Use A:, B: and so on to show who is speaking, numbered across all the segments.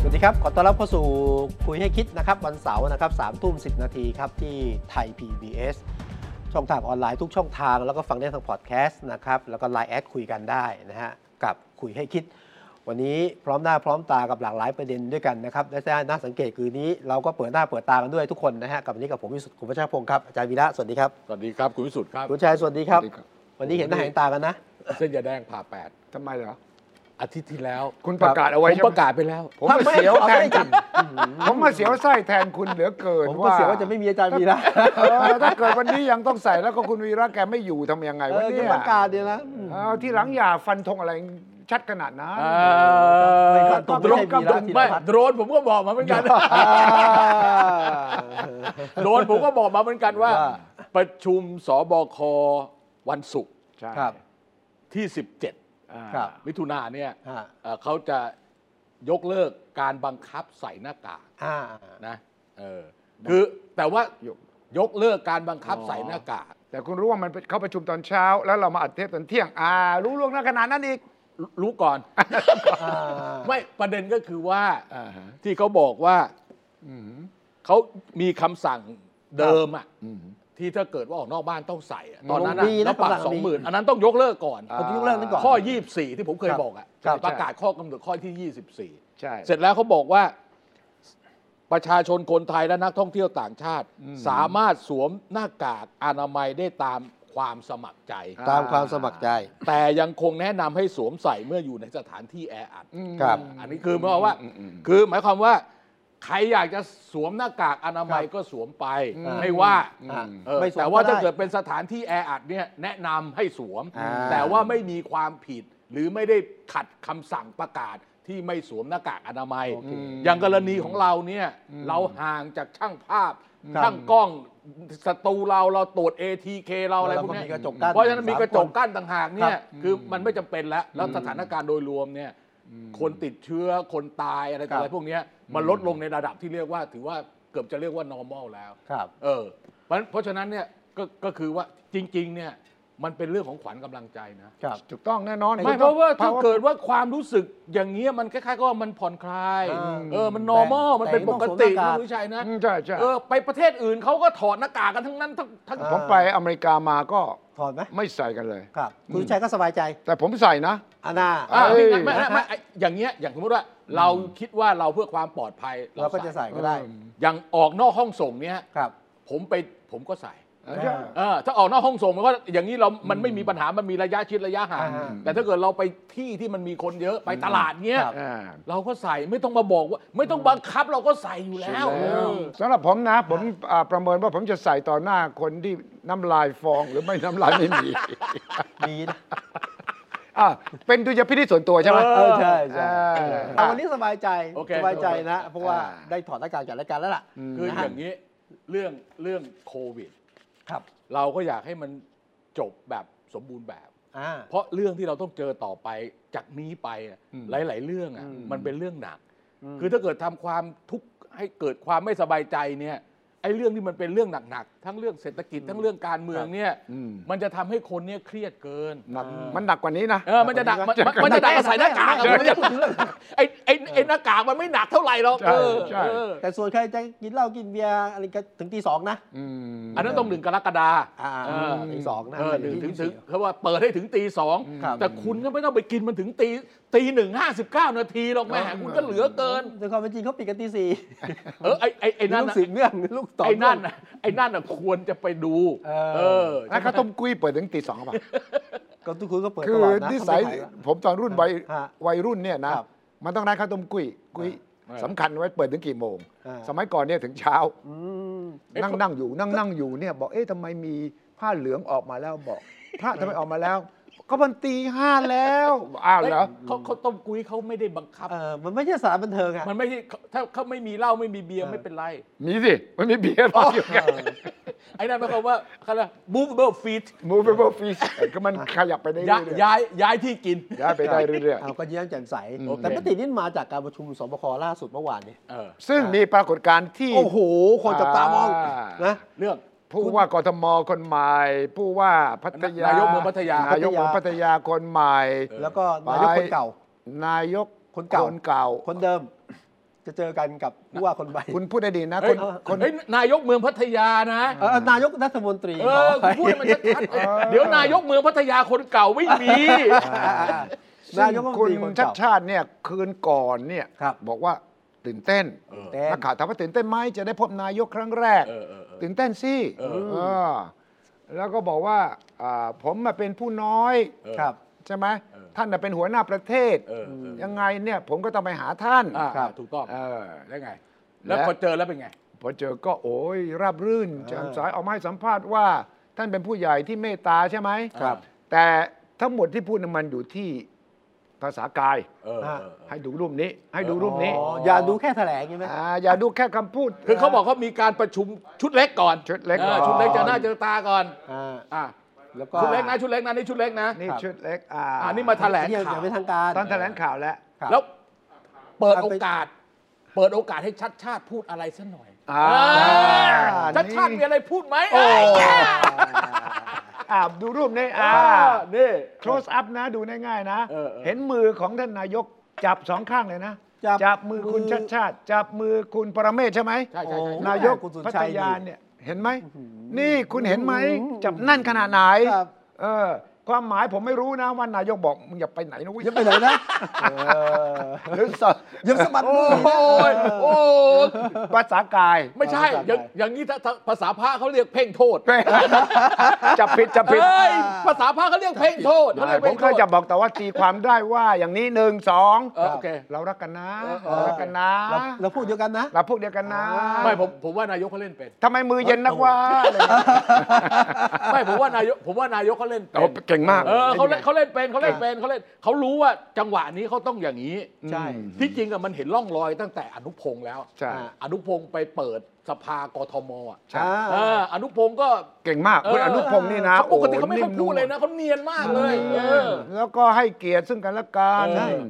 A: สวัสดีครับ ขอต้อนรับเข้าสู่คุยให้คิดนะครับ วันเสาร์นะครับสามทุ่มสินาทีครับ ที่ไทย PBS ช่องทางออนไลน์ทุกช่องทาง แล้วก็ฟังได้ทางพอดแคสต์นะครับ แล้วก็ไลน์แอดคุยกันได้นะฮะ กับคุยให้คิด วันนี้พร้อมหน้าพร้อมตากับหลากหลายประเด็นด้วยกันนะครับและที่น่าสังเกตคือนี้เราก็เปิดหน้าเปิดตากันด้วยทุกคนนะฮะ กับวันนี้กับผมวิสุทธิ์คุณพระชาพงศ์ครับ อาจารย์วีระ สวัสดีครับ
B: สวัสดีครับคุณวิสุทธิ์ครับ
A: คุณชายสวัสดีครับ
B: สวัสดี
A: วันนี้เห็นหน้าเห็นตากันนะ
B: เส้นยาแดงผ่าแปด
C: ทำไมเหรอ
B: อาทิตย์ที่แล้ว
C: คุณประกาศ
B: ผ
C: เอาไว้
B: ม
C: ใช่ไหม
B: ประกาศไปแล้ว
C: ผมมาเสียว
A: เอา
C: แท
A: ไว้
C: น
A: ให้จั
C: คุ
A: บ
C: ณผมมาเสียวไส้แทนคุณเหลือเกิน
A: ผมก็
C: ว่า
A: เสียว่าจะไม่มีอาจารย์วีระ
C: เออถ้าเกิดวันนี้ยังต้องใส่แล้วก็คุณวีระแกไม่อยู่ทำ ยังไง
A: เอ
C: วะ
A: อ
C: เนี่
A: จะ
C: ย
A: ประกาศเนี่ยนะ
C: เออที่หลังอย่าฟันธงอะไรชัดขนาดนั้น
B: เออ
A: ไม่ครับผม
B: ตรงกับ
A: ไม่ใช่วีระธีรพัฒน์
B: ไม่โดรนผมก็บอกมาเหมือนกัน
A: อ่า
B: โดรนผมก็บอกมาเหมือนกันว่า
A: ว่า
B: ประชุมสบควันศุกร์
C: ใช่
A: ครับ
B: ที่
C: อ่า
A: ครับ
B: 17 มิถุนาเนี่ย
A: ฮะ
B: เอ่อเขาจะยกเลิกการบังคับใส่หน้ากาก
A: อ่า
B: นะเออคือแต่ว่า
C: อยู่
B: ยกเลิกการบังคับใส่หน้ากาก
C: แต่คุณรู้ว่ามันเขาประชุมตอนเช้า แล้วเรามาอัดเทปตอนเที่ยง อ่า รู้ล่วงหน้าขนาดนั้นอีก
B: รู้รู้ก่อน ไม่ประเด็นก็คือว่า
C: อ่าฮะ
B: ที่เขาบอกว่า
C: อืม
B: เขามีคำสั่งเดิมอะที่ถ้าเกิดว่าออกนอกบ้านต้องใส่อะตอนนั้นอะ
A: มีนะ
B: แล้วปรับ
A: คำสั่ง
B: สองหมื่น
A: มี
B: อันนั้นต้องยกเลิกก่อน
A: ผมจะยกเลิกนั้นก่อน
B: ข้อ 24 ที่ผมเคย
A: ครับ
B: บอกอะ
A: ครับ
B: ประกาศข้อกำหนดข้อที่
C: ใช่
B: 24 เสร็จแล้วเขาบอกว่าประชาชนคนไทยและนักท่องเที่ยวต่างชาติ
C: อืม
B: สามารถสวมหน้ากากอนามัยได้ตามความสมัครใจ
A: ตามความสมัครใจ
B: แต่ยังคงแนะนำให้สวมใส่เมื่ออยู่ในสถานที่แออัด
C: อืม
A: ครับ
B: อันนี้คือหมายความว่า คือหมายความว่า ใครอยากจะสวมหน้ากากอนามัยก็สวมไป
A: อ่า
B: ไม่ว่า
A: อ่า
B: เออ
A: ไม่สม
B: แต่ว่า
A: ก็ได้
B: ถ้าเกิดเป็นสถานที่แออัดเนี่ยแนะนำให้สวม
A: อ่า
B: แต่ว่าไม่มีความผิด หรือไม่ได้ขัดคำสั่งประกาศที่ไม่สวมหน้ากากอนามัย
A: โอเค
B: อย่างกรณีของเราเนี่ยเราห่างจากช่างภาพ
A: ครับ
B: ช่างกล้องศัตรูเราเราตรวจ ATK เราอะไร
A: เรา
B: พวก
A: ก็มี
B: เนี้ย
A: กระจกกั้น
B: เพราะฉะนั้นมีกระจก
A: สา
B: กั้นต่างหากเนี่
A: ครั
B: ย
A: บ
B: คือมันไม่จำเป็นแล้ว แล้วสถานการณ์โดยรวมเนี่ยคนติดเชื้อคนตายอะไรต่ออะ
A: ค
B: ไร
A: รับ
B: พวกเนี้ยมันลดลงในระดับที่เรียกว่า ถือว่าเกือบจะเรียกว่า normal แล้ว
A: มครับ
B: เออเพราะเพราะฉะนั้นเนี่ยก็ก็คือว่าจริง ๆ เนี่ยมันเป็นเรื่องของขวัญกำลังใจนะครับ
C: ถูกต้องแน่นอน
B: ไม่เพราะว่าถ้าเกิดว่าความรู้สึกอย่างเงี้ยมันคล้ายๆก็มันผ่อนคลาย
A: อ่า
B: เออมัน normal มันเป็นปกติ
A: แต่ยัง
B: นะ
A: ต้องสวมหน้ากาก
B: คุณวิชัยนะ
C: อืมใช่ใช่
B: เออไปประเทศอื่นเขาก็ถอดหน้ากากกันทั้งนั้นทั้งทั้ง
A: อ่า
C: ผมไปอเมริกามาก็
A: ถอดไหม
C: ไม่ใส่กันเลย
A: ครับคุณชัยก็สบายใจ
C: แต่ผมใส่นะ
A: อานา
C: อ่ะ
B: อ่า
C: เอ้
B: ไม่
C: ย
B: งั้นไม่ไม่ไม่ไอ้อย่างเงี้ยอย่างสมมติว่าเราคิดว่าเราเพื่อความปลอดภัย
A: เราก็จะใส่ก็ได้
B: อย่างออกนอกห้องส่งเนี้ย
A: ครับ
B: ผมไปผมก็ใส่
C: อ่าใช่
B: เออถ้าออกนอกห้องส่งมันก็อย่างนี้เรามันไม่มีปัญหามันมีระยะชิดระยะห่าง
A: อ่า
B: แต่ถ้าเกิดเราไปที่ที่มันมีคนเยอะไปตลาดเงี้ย
A: ครับ
C: อ่า
B: เราก็ใส่ไม่ต้องมาบอกว่า ไม่ต้องบังคับเราก็ใส่อยู่แล้ว
C: เส
B: เอ
C: ร็จแล้
B: อ
C: วสำหรับผมนะ ผมอ่าประเมินว่าผมจะใส่ต่อหน้าคนที่น้ำลายฟองหรือไม่น้ำลายไม่มี
A: ดีนะ
C: อ่ะเป็นดุลยพินิจส่วนตัวใช่ไหม
A: เออใช่ใช่
C: เออ
A: แต่วันนี้สบายใจสบายใจนะเพราะว่าได้ถอดหน้ากากจากรายการแล้วล่ะ
B: คืออย่างนี้เรื่องเรื่องโควิด
A: ครับ
B: เราก็อยากให้มันจบแบบสมบูรณ์แบบ
A: อ่า
B: เพราะเรื่องที่เราต้องเจอต่อไปจากนี้ไปอะ
A: อืม
B: หลาย ๆ เรื่องอ่ะ
A: อืม
B: มันเป็นเรื่องหนัก
A: อืม
B: คือถ้าเกิดทำความทุกข์ให้เกิดความไม่สบายใจเนี่ยไอ้เรื่องที่มันเป็นเรื่องหนัก ๆ ทั้งเรื่องเศรษฐกิจทั้งเรื่องการเมืองเนี่ย
C: อืม
B: มันจะทำให้คนเนี่ยเครียดเกิน
C: หนักมันหนักกว่านี้นะ
B: เออมันจะหนักมันมันมันจะหนักกว่าใส่หน้ากากอะ
A: ไม่ได้พูดถึงเรื่อง
B: ไอ้ไอ้ไอ้หน้ากากมันไม่หนักเท่าไหร่หรอก
C: ใช่
B: เออ
C: ใช่
B: เออ
A: แต่ส่วนใครจะกินเหล้ากินเบียร์อะไรก็ถึงตีสองนะ
C: อืม
B: อันนั้นต้องหนึ่งกรกฎา
A: อ่า
B: เออ
A: ตีสองนะ
B: เออหนึ่งถึงถึงเขาว่าเปิดให้ถึงตีสอง
A: ครับ
B: แต่คุณก็ไม่ต้องไปกินมันถึงตีตีหนึ่งห้าสิบเก้านาทีหรอกแม่
C: เออ
B: คุณก็เหลือเกิน
A: แต่ความเป็นจริงเขาปิดกันตีสี่
B: เออไอ้ไอ้ไอ้นั่น
A: ลูก
B: น่ะ
A: สิบเรื่องลูกต่อ
B: ไอ้นั่นน่ะไอ้นั่นน่ะควรจะไปดู
A: เออ
B: เออ
C: แล้วข้าวต้มกุ้ยเปิดถึงตีสองป่ะ
A: ก็ทุกคนก็เปิด
C: คื
A: ต
C: อ
A: ลอดนะ
C: นิสัย
A: เขาไม่ขายละ
C: ผมตอนรุ่นวัย
A: ฮะ
C: วัยรุ่นเนี่ยนะครับ มันต้องร้านข้าวต้มกุ้ยกุ้ยสำคัญไว้เปิดถึงกี่โมง
A: อ่า
C: สมัยก่อนเนี่ยถึงเช้า
A: อืม
C: นั่งนั่งอยู่นั่งนั่งอยู่เนี่ยบอกเอ๊ะทำไมมีผ้าเหลืองออกมาแล้วบอก พระทำไมออกมาแล้ว ก็มันตีห้าแล้วอ้าวเหรอ
B: เขาเขาต้มกุ้ยเขาไม่ได้บังคับ
A: เออมันไม่ใช่สารบันเทิงอะ
B: มันไม่ใช่เขาถ้าเขาไม่มีเหล้าไม่มีเบียร์
A: เออ
B: ไม่เป็นไร
C: มีสิมันมีเบียร์รออยู่ไง
A: เออ
B: ไอ้นั่นหมายความว่าเขาเรียก movable feet
C: movable feast ก็มันขยับไปได้
B: ย้าย
C: เรื่อย
B: ย้ายย้ายที่กิน
C: ๆย้ายไปได้เรื่อย
A: เอาก็เยี่ยมแจ่มใส
C: โอเค
A: แต่มตินี้มาจากการประชุมสบคล่าสุดเมื่อวานนี้
B: เออ
C: ๆซึ่งมีปรากฏการณ์ที่
A: โอ้โห คนจับตามอง
C: อ่าน
A: นะ
B: เรื่อง
C: ผู้ว่ากทมคนใหม่ ผู้ว่าพัทยาน
B: ายกเมืองพัทยาน
C: ายกเมืองพัทยาคนใหม่
B: เออ
A: แล้วก็นายกคนเก่า
C: นายก
A: คนเก่า
C: คนเก่า
A: คนเดิม จะเจอกันกับผู้ว่าคนใหม่
C: คุณพูดได้ดีนะ
B: เฮ้
C: ค
B: ย
C: นคน
B: เฮ้ยนายกเมืองพัทยานะ
A: เออเออนายกรัฐมนตรี
B: เออ
A: ข
B: คุณพูด
A: ให้
B: ให้มันชัดๆเดี๋ยวนายกเมืองพัทยาคนเก่าไม่มี
A: อ่าอ่า
C: ซึ่
A: นาง ยกรัฐม
C: คุ
A: น
C: ณ
A: ตรีคน
C: ชัด
A: เก่า
C: ชาติเนี่ยคืนก่อนเนี่ย
A: ครับ
C: บอกว่าตื่นเต้น
B: เออ
A: เต้น
C: นักข่าวถามว่าตื่นเต้นไหมจะได้พบนายกครั้งแรก
B: เออเออเออ
C: ตื่นเต้นสิ
B: เออ
C: เออแล้วก็บอกว่าอ่าผมมาเป็นผู้น้อย
B: เออ
A: ครับ
C: ใช่ไหม
B: เออ
C: ท่านน่ะเป็นหัวหน้าประเทศ
B: เออเออ
C: ยังไงเนี่ยผมก็ต้องไปหาท่าน
B: อ่า
A: ครับ
B: ถูกต้อง
C: เออ
B: แล้วไง แล้ว
C: และ
B: พอเจอแล้วเป็นไง
C: พอเจอก็โอ้ยราบรื่นแจ่มใสออกมาให้สัมภาษณ์ว่า ท่านเป็นผู้ใหญ่ที่เมตตาใช่ไหม
B: ครับ
C: แต่ทั้งหมดที่พูดน่ะมันอยู่ที่ภาษากาย
B: เออเออเออ
C: ให้ดูรูปนี้ให้ดูรูปนี้
A: อ๋อ
B: อ
A: อ
B: อ
A: ย่าดูแค่แถลงใช่ไหม
C: อ่าอย่าดูแค่คำพูด
B: คือเขาบอกเขามีการประชุมชุดเล็กก่อน
C: ชุดเล็กก่อน
B: ออชุดเล็กจะหน้าเจอตาก่อน
A: อ่า
B: อ่ะ
A: แล้วก็
B: ชุดเล็กนะชุดเล็กนะนี่ชุดเล็กนะ
C: นี่ชุดเล็กอ่า
B: อ่านี่มาแถลง
A: ยัง
B: ข่า
A: ยั
B: ว
A: งไม่ทางการ
C: ตอนแถลงข่าวแล้ว
A: ครับ
B: แล้วเปิดโอกาส เปิดโอกาสให้ชัดชาติพูดอะไรสักหน่อย
C: อ่า
B: เออชัดชาติมีอะไรพูดไหม
C: โอ้
B: เย
C: อ่าดูรูปนี้อ่า
B: อ่านี่
C: close up นะดูง่ายๆนะ
B: เออเออ
C: เห็นมือของท่านนายกจับสองข้างเลยนะ
A: จับ
C: มือคุณ
A: มือ
C: ชาติชาติ จับมือคุณปรเมศใช่ไหม
B: ใช่ใช่ใช่
A: โอ้
C: นายก
A: คุณสุ
C: พั
A: ชั
C: ท
A: ย
C: ยา
A: นี่
C: เนี่ยเห็นไหมนี่คุณเห็นไหมจับแนั่นขนาดไหน
A: ครับ
C: เออความหมายผมไม่รู้นะว่านายกบอกมึงอย่าไปไหน นะเว้ย
A: ยังไปไหนนะเออยังสะบัด
B: โอ้
A: มือ
B: ยโอ้ย
C: ภาษากาย
B: ไม่ใช่
A: ภาษาไทย
B: อย่างอย่างนี้ถ้าถ้าภาษาพระเขาเรียกเพ่งโทษ
C: จับผิดจับผิด
B: เฮ้ยภาษาพระเขาเรียกเพ่งโทษเขาเรียก
C: ผ
B: เพ่
C: ม
B: งโท
C: ก็
B: ษ
C: จะบอกแต่ว่าตีความได้ว่าอย่างนี้หนึ่งสอง
B: เออโอเค
C: เรารักกันนะ
B: เออเออ
C: เรารักกันนะ
A: เราเราพูดเดียวกันนะ
C: เราพวกเดียวกันนะ
B: ไม่ผมผมว่านายกเขาเล่นเป็น
C: ทำไมมือเย็นนักวะอะไรอย่างเงี้ย
B: ไม่ผมว่านายกผมว่านายกเขาเล่นเป็
C: โอ้
B: น
C: เก่งมาก
B: เออเขาเล่นเขาเล่นเป็นเขาเล่นเป็นเขาเล่นเขารู้ว่าจังหวะนี้เขาต้องอย่างนี้
A: ใช่
B: ที่จริงอะมันเห็นร่องรอยตั้งแต่อนุพงษ์แล้ว
C: ใช่
B: อนุพงษ์ไปเปิดสภากทมอะ
A: ใช่
B: เอออนุพงษ์ก็
C: เก่งมากคุณอนุพงศ์นี่นะ
B: เขาปกติเขาไม่ค่
C: โอ้
B: อยพูดเลยนะเขาเนียนมากเลยเออ
C: แล้วก็ให้เกียรติซึ่งกันและกัน
B: เออ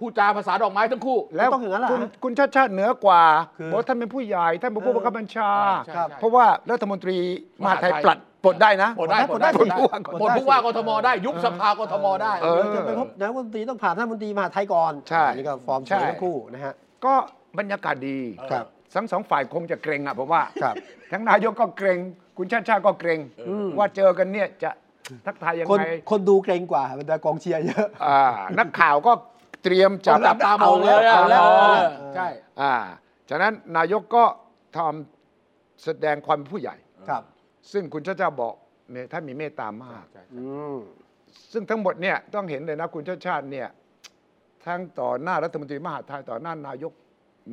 B: พูดจาภาษาดอกไม้ทั้งคู่
C: แล้ว
A: ต้องอย่างนั้นเหรอ
C: คุณคุณชาติชาติเหนือกว่า
A: คือ
C: เพราะท่านเป็นผู้ใหญ่ท่านเป็นผู้บังคับบัญชา
B: ใช่
A: ครับ
B: ใช่
C: เพราะว่ารัฐมนตรีมหาดไทย
B: มหาดไทย
C: ปลัดปลดได้นะ
B: ปลดได้
A: ปล
B: ปล
A: ด
B: ด
A: ได้ป
B: ได้ป
A: ล
B: ล
A: ด
B: ด
A: ได้
B: ผู้ว่ากทมได้ ยุบสภากทมได้
C: เออ
A: จะไปพบนายกรัฐมนตรีต้องผ่านท่านรัฐมนตรีมหาดไทยก่อน
C: ใช่
A: อันนี่ก็ฟอร์มสวยทั้งคู่นะฮะ
C: ก็บรรยากาศดี
A: ครับ
C: ทั้งสองฝ่ายคงจะเกรงอ่ะผมว่า
A: ครับ
C: ทั้งนายกก็เกรง คุณชาติชาติก็เกรง
A: ม
C: ว่าเจอกันเนี่ยจะทักทายยัง
A: คน
C: ไง
A: คนดูเกรงกว่าบรรดากองเชียร์เยอะ
C: อ่านักข่าวก็เตรียมจะ
B: จับตามองเลยอะ
A: เอาแล้ว
B: เออ
A: เอาแล้ว
B: ใช่
C: อ่าฉะนั้นนายกก็ทำแสดงความเป็นผู้ใหญ่
A: ครับ
C: ซึ่งคุณชาติชาติบอกเมท่านมีเมตตามาก
A: อืม
C: ซึ่งทั้งหมดเนี่ยต้องเห็นเลยนะคุณชาติชาติเนี่ยทั้งต่อหน้ารัฐมนตรีมหาดไทยต่อหน้านายก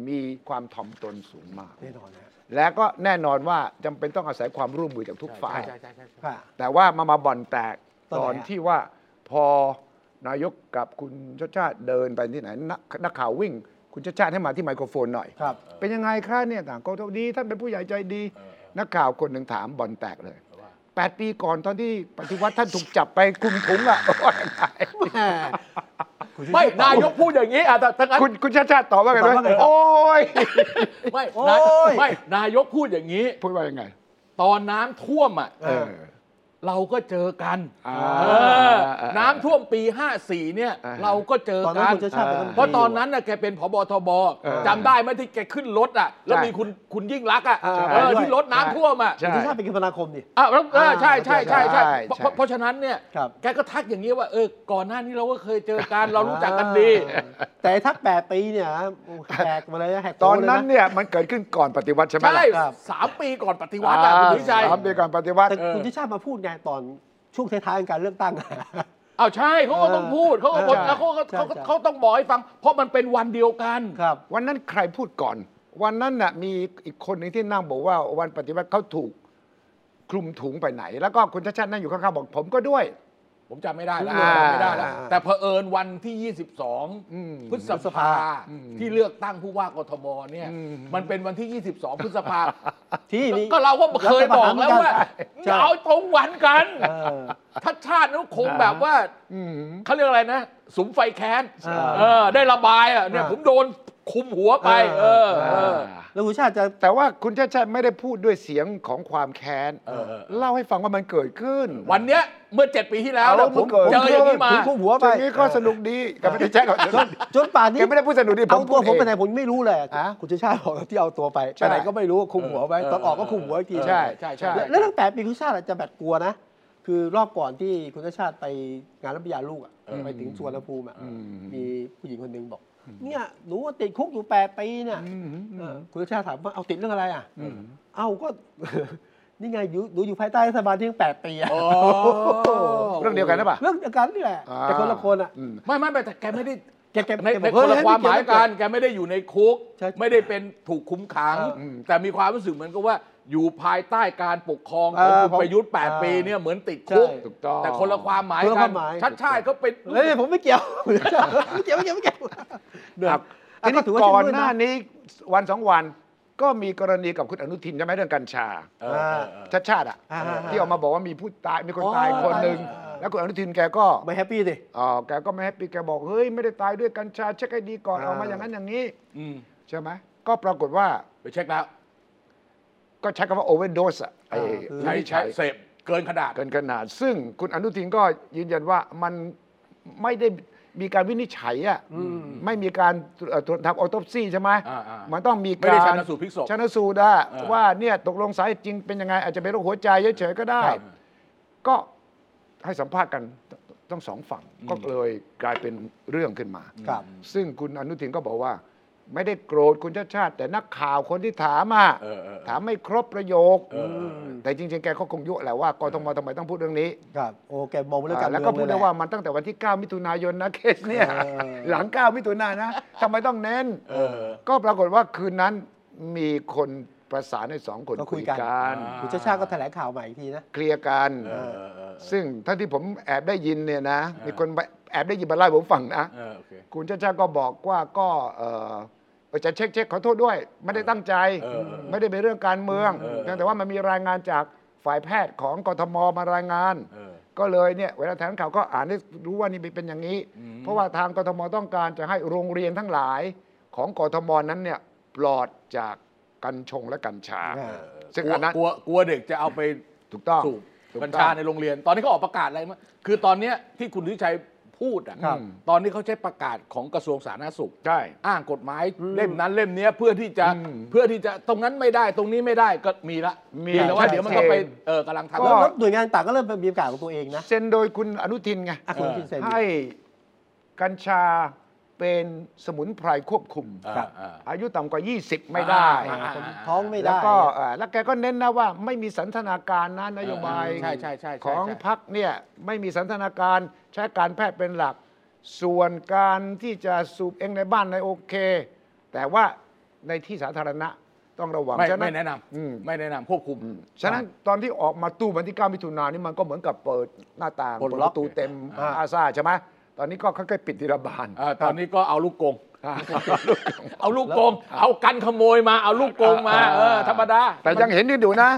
C: มีความถ่อมตนสูงมาก
A: แน่นอนนะฮะ
C: และก็แน่นอนว่าจำเป็นต้องอาศัยความร่วมมือจากทุกฝ่าย
B: ใช่ใช่ใช่ใช่
A: ค่ะ
C: แต่ว่ามามาบ่อนแตก
A: ตอนไหน
C: ตอน
A: ฮะ
C: ที่ว่าพอนายกกับคุณชาติชาติเดินไปที่ไหนนักนักข่าววิ่ง คุณชาติชาติให้มาที่ไมโครโฟนหน่อย
A: ครับ
C: เป็นยังไงคะเนี่ยต่างก็ดีท่านเป็นผู้ใหญ่ใจดี นักข่าวคนหนึ่งถามบ่อนแตกเลยแปดปีก่อนตอนที่ปฏิวัติท่านถูกจับไปคลุมถุงอะ ว่ายังไง
B: ไม่นายกพูดอย่างนี้อ่ะแต่ทั้งนั้น
C: คุณคุณชาติชาติตอบว่าไง
A: ตอบว่าไง
C: โอ้ย
B: ไม่
A: โอ้
B: นาย
A: ย
B: ไม่ นายกพูดอย่างนี้
C: พูดว่ายังไง
B: ตอนน้ำท่วมอ่ะ
A: เออ
B: เราก็เจอกัน
C: อ่า
B: เออน้ำท่วมปี 54 เนี่ย
C: อ่า
B: เราก็เจอ
A: ตอนนั้น
B: กัน
A: คุณชาติชาติเป็นรัฐมนตรี
B: เพราะตอนนั้นน่ะแกเป็นผบทบ
C: เออ
B: จำได้ไหมที่แกขึ้นรถอ่ะ แล้ว
C: ใช่
B: มีคุณคุณยิ่งรักษณ์อ่ะ
A: อ่า
B: เออที่รถน้ำท่วมอ่ะ
C: ใช่
A: คุณชาติชาติเป็นคมนาคมนี่
B: อ่ะแล้วเออใช่ใช่ใช่ใช่
C: ใช่
B: เพราะเพ
C: ใช่
B: ราะเพราะฉะนั้นเนี่ย
A: ครับ
B: แกก็ทักอย่างนี้ว่าเออก่อนหน้านี้เราก็เคยเจอกันเรารู้จักกันดี
A: อ่าแต่ถ้าแปดปีเนี่ยฮะโอ้แหกมาเลยะแหกโค้
C: ตอน
A: งเลยะ
C: นั้นเนี่ยมันเกิดขึ้นก่อนปฏิวัติใช่ไหม
B: ใช่
A: ค
C: ล่ะ
A: รับ
B: สามปีก่อนปฏิวัติอ่ะคุณทิชัย
C: อ่าสามปีก่อนปฏิวัติ
A: แต่คุณทิชาติมาพูดไงตอนช่วงท้ายๆของการเลือกตั้ง
B: เอาวใช่เขาก็ต้องพูดเขาก็
A: เออ
B: คนเขาก็
A: ใช่
B: เขาก็
A: ใช่
B: เขาต้องบอกให้ฟัง เพราะมันเป็นวันเดียวกัน
A: ครับ
C: วันนั้นใครพูดก่อน วันนั้นน่ะมีอีกคนหนึ่งที่นั่งบอกว่าวันปฏิวัติเขาถูกคลุมถุงไปไหน แล้วก็คุณชาติชาตินั่งอยู่ข้างๆบอกผมก็ด้วย
B: ผมจำไม่ได้แล้ว
C: อ่า
B: จำไม่ได้แล้ว
C: อ่า
B: แต่เผอิญวันที่
C: อืม
B: 22 พฤษ
A: พฤษ
B: ภา
A: ภา
B: ที่เลือกตั้งผู้ว่ากทมเนี่ย
C: อืม
B: มันเป็นวันที่ 22 พฤษภา
A: ที่มี
B: ก็เราก็เคยบอกแล้วว่า
A: ใช่
B: เอาตรงหวันกัน
A: เออ
B: ทัดชาตินั้นคงแบบว่า
C: อืม
B: เขาเรียกอะไรนะสุมไฟแค้น
A: อ่า
B: เออ ได้ระบายอ่ะเนี่ย
A: อ่า
B: ผมโดนคุมหัวไป เอ
A: อ่า
B: อเออ
A: แล้วคุณชาติจะ
C: แต่ว่าคุณชาติชาติไม่ได้พูดด้วยเสียงของความแค้น
B: เออเออ
C: เล่าให้ฟังว่ามันเกิดขึ้น
B: วันเนี้ยเมื่อเจ็ดปีที่แล้ว
C: เอา
B: เนี่ยผม
C: เมื่อก่อน
B: เจออย่างนี้มา
A: ผมคุมหัวไป
C: ทีนี้ก็สนุกดีก็ไม่ได้ใช่หรอก
A: จนจนป่านนี้
C: แกไม่ได้พูดสนุกดี
A: เอาตัวผมไปไหน
C: เอง
A: ผมไม่รู้เลย
C: อ่ะ
A: คุณชาติชาติบอกที่เอาตัวไป
C: ใช่
A: ไปไหนก็ไม่รู้คุมหัวไป
B: เออ
A: ตอนออกก็คุมหัวอีกที
C: ใช่
B: ใช่ใช่
A: แล้วแล้วตั้งแต่ปีคุณชาติอาจจะแบบกลัวนะ คือรอบก่อนที่คุณชาติชาติไปงานรับปริญญาลูกอะ
B: เออ
A: ไปถึงสวนภูมิอะ
C: อืม
A: มีผู้หญิงคนหนึ่งบอก เนี่ยหนูติดคุกอยู่แปดปีเนี่ย
C: อืม
A: เอ
C: อื
A: อ
C: ม
A: คุณชาติชาติถามว่าเอาติดเรื่องอะไรอ่ะ
C: อืม
A: เอาก็ นี่ไงอยู่หนูอยู่ภายใต้รัฐบาลที่ยังแปดปีอะ
B: โอ้
C: เรื่องเดียวกันหรือเปล่า
A: เรื่องเดียวกันนี่แหละ
C: อ่า
A: แต่คนละคนอ่ะ
C: ม
B: ไม่ไม่แต่แกไม่ได้
A: แกแก
B: ใน
A: แกบ
B: ใน
A: อก
B: คนละ
A: เฮ้ย
B: ความหมาย
A: ไม่เกี่ยว
B: กันแกไม่ได้อยู่ในคุก
A: ใช่
B: ไม่ได้เป็นถูกคุมขัง
C: อืม
B: แต่มีความรู้สึกเหมือนกับว่าอยู่ภายใต้การปกครองของ
A: เออ
B: คุณ
A: ผม
B: ประยุทธ์
A: เออ
B: 8 ปีเนี่ยเหมือนติดคุก
A: ใช่
C: ถูกต้อง
B: แต่คนละความหมาย
A: คนละค
B: กั
A: วามหมาย
B: ชัดชาติเขาเป็น
A: เฮ้ยผมไม่เกี่ยว ไม่เกี่ยว ไม่เกี่ยว ไม่เกี่ยวเดี๋ยว
C: ครับ
A: อันนี้ถือว่า
C: ก่อน
A: ฉั
C: ห
A: ด้ว
C: น้าย
A: ะ
C: นี้วันสองวันก็มีกรณีกับคุณอนุทินใช่ไหมเรื่องกัญชา
B: เออเออเออ
C: ชาติชาติอ่ะ
A: อ่า
C: ที่ออกมาบอกว่ามีผู้ตายมีคนตาย
A: อ๋อ
C: คนหนึ่ง
A: อ่า
C: แล้วคุณอนุทินแกก็
A: ไม่แฮปปี้ดิ
C: อ๋อแกก็ไม่แฮปปี้แกบอกเฮ้ยไม่ได้ตายด้วยกัญชาเช็คให้ดีก่อน
A: อ่า
C: ออกมาอย่างนั้นอย่างนี้
B: อืม
C: ใช่ไหมก็ปรากฏว่า
B: ไปเช็คแล้ว
C: ก็ใช้คำว่าโอเวอร์โดสอ่ะไอ้
A: อ่า
B: ใช้
C: วินิจ
B: ใช้เสพเกินขนาด
C: เกินขนาด ซึ่งคุณอนุทินก็ยืนยันว่ามันไม่ได้มีการวินิจฉัยอ่ะไม่มีการเอ่อตรวจทำออโตปซีใช่ไหม
B: อ่าอ่ามั
C: มันต้องมีการ
B: ไม่ได้ชันสูตรพลิกศพ
C: ชนสูตรอะ
B: เออ
C: ว่าเนี่ยตกลงสาเหตุจริงเป็นยังไง อาจจะเป็นโรคหัวใจเฉยๆก็ได้
B: ครับ
C: ก็ให้สัมภาษณ์กันต้องสองฝั่งก็เลยกลายเป็นเรื่องขึ้นมา
A: ครับ
C: ซึ่งคุณอนุทินก็บอกว่า ไม่ได้โกรธคุณชาติชาติ แต่นักข่าวคนที่ถามอ่ะ
B: เออเออเออ
C: ถามไม่ครบประโยค
B: เออเออเออ
C: แต่จริง ๆ แกก็คงยุแหละว่ากทมทำไมต้องพูดเรื่องนี้
A: ครับ โอ้แกมองเรื่องการ
C: อ่าแล้ว
A: เมื
C: ก็
A: อง
C: พูด
A: เย
C: ได้
A: แหละ
C: ว่ามันตั้งแต่วันที่ 9 มิถุนายนนะเคสเนี่ย
A: เออ
C: หลัง 9 มิถุนายนนะทำไมต้องเน้น
B: เออ
C: ก็ปรากฏว่าคืนนั้นมีคนประสานให้สองคน
A: ก็คุ
C: คุ
A: ย
C: ย
A: กัน
C: กัน
B: อ่า
A: คุณชาติชาติก็แถลงข่าวใหม่อีกทีนะ
C: เคลียร์กัน
B: เออเออเออ
C: ซึ่งเท่าที่ผมแอบได้ยินเนี่ยนะ มีคนแอบได้ยินมาเล่าให้ผมฟังนะ
B: เออโอเค
C: คุณชาติชาติก็บอกว่าก็เออเอ่อจะเช็คเช็คขอโทษด้วย ไม่ได้ตั้งใจ
B: เออเออ
C: ไม่ได้เป็นเรื่องการเมือง
B: เออเออ
C: แต่ว่ามันมีรายงานจากฝ่ายแพทย์ของกทมมารายงาน
B: เออ
C: ก็เลยเนี่ยเวลาแถลงข่าวก็อ่านให้รู้ว่านี่เป็นอย่างนี้
B: อืม
C: เพราะว่าทางกทมต้องการจะให้โรงเรียนทั้งหลายของกทมนั้นเนี่ยปลอดจากกัญชงและกัญชา
A: เออ
C: ซึ่ง
B: กลัว
C: อันนั้น
B: กลัวกลัวเด็กจะเอาไป
C: ถูกต้อง
B: สูบ
C: ถู
B: กัญ
C: ต้
B: ชา
C: อง
B: ในโรงเรียน ตอนนี้เขาออกประกาศอะไรมั้ยคือตอนเนี้ยที่คุณทิชัยพูดอ่ะ
C: ครับ
B: ตอนนี้เขาใช้ประกาศของกระทรวงสาธารณสุข
C: ใช่
B: อ้างกฎหมายเล่มนั้นเล่มเนี้ยเพื่อที่จะ
C: อืม
B: เพื่อที่จะตรงนั้นไม่ได้ตรงนี้ไม่ได้ก็มีละ
C: มี
B: แต่ว่าเดี๋ยวมันก็ไป
C: ชัดเจน
B: เออกำลังทำ
C: ก็
A: แล้วแล้วหน่วยงานต่างก็เริ่มเป็นมีประกาศของตัวเองนะ
C: เซ็นโดยคุณอนุทินไง
A: อ่ะคุณทินเซน
C: ให้กัญชาเป็นสมุนไพรควบคุม
B: อ่า
A: ครับ
B: อ่า
C: อายุต่ำกว่า 20 ไม่ได้
B: อ่า
A: คนท้องไม่
C: แล้
A: ได้
C: วก็เอ่อแล้วแกก็เน้นนะว่าไม่มีสันทนาการนะนโยบาย
B: ใช่ใช่ใช่ใช่
C: ของ
B: ใช่
C: พักเนี่ยไม่มีสันทนาการใช้การแพทย์เป็นหลัก ส่วนการที่จะสูบเองในบ้านในโอเค แต่ว่าในที่สาธารณะต้องระวัง
B: ไม่
C: ฉะ
B: ไม่แนะน
C: อืม
B: ำไม่แนะนำควบคุม
C: ฉะนั้นตอนที่ออกมาตู้วันที่ 9 มิถุนายนนี่มันก็เหมือนกับเปิดหน้าต่าง
A: ปลด
C: เปิด
A: ล็
C: ป
A: อก
C: ระตูเต็ม
B: อ่า
C: อาซาใช่ไหมตอนนี้ก็ค่อยๆปิดทีละบาน
B: เอ่อตอนนี้ก็เอาลูกกง
C: อ่า
B: เอาลูกกง เอากันขโมยมา เอาลูกกงมา เออ ธรรมดา
C: แต่ยังเห็นอยู่นะ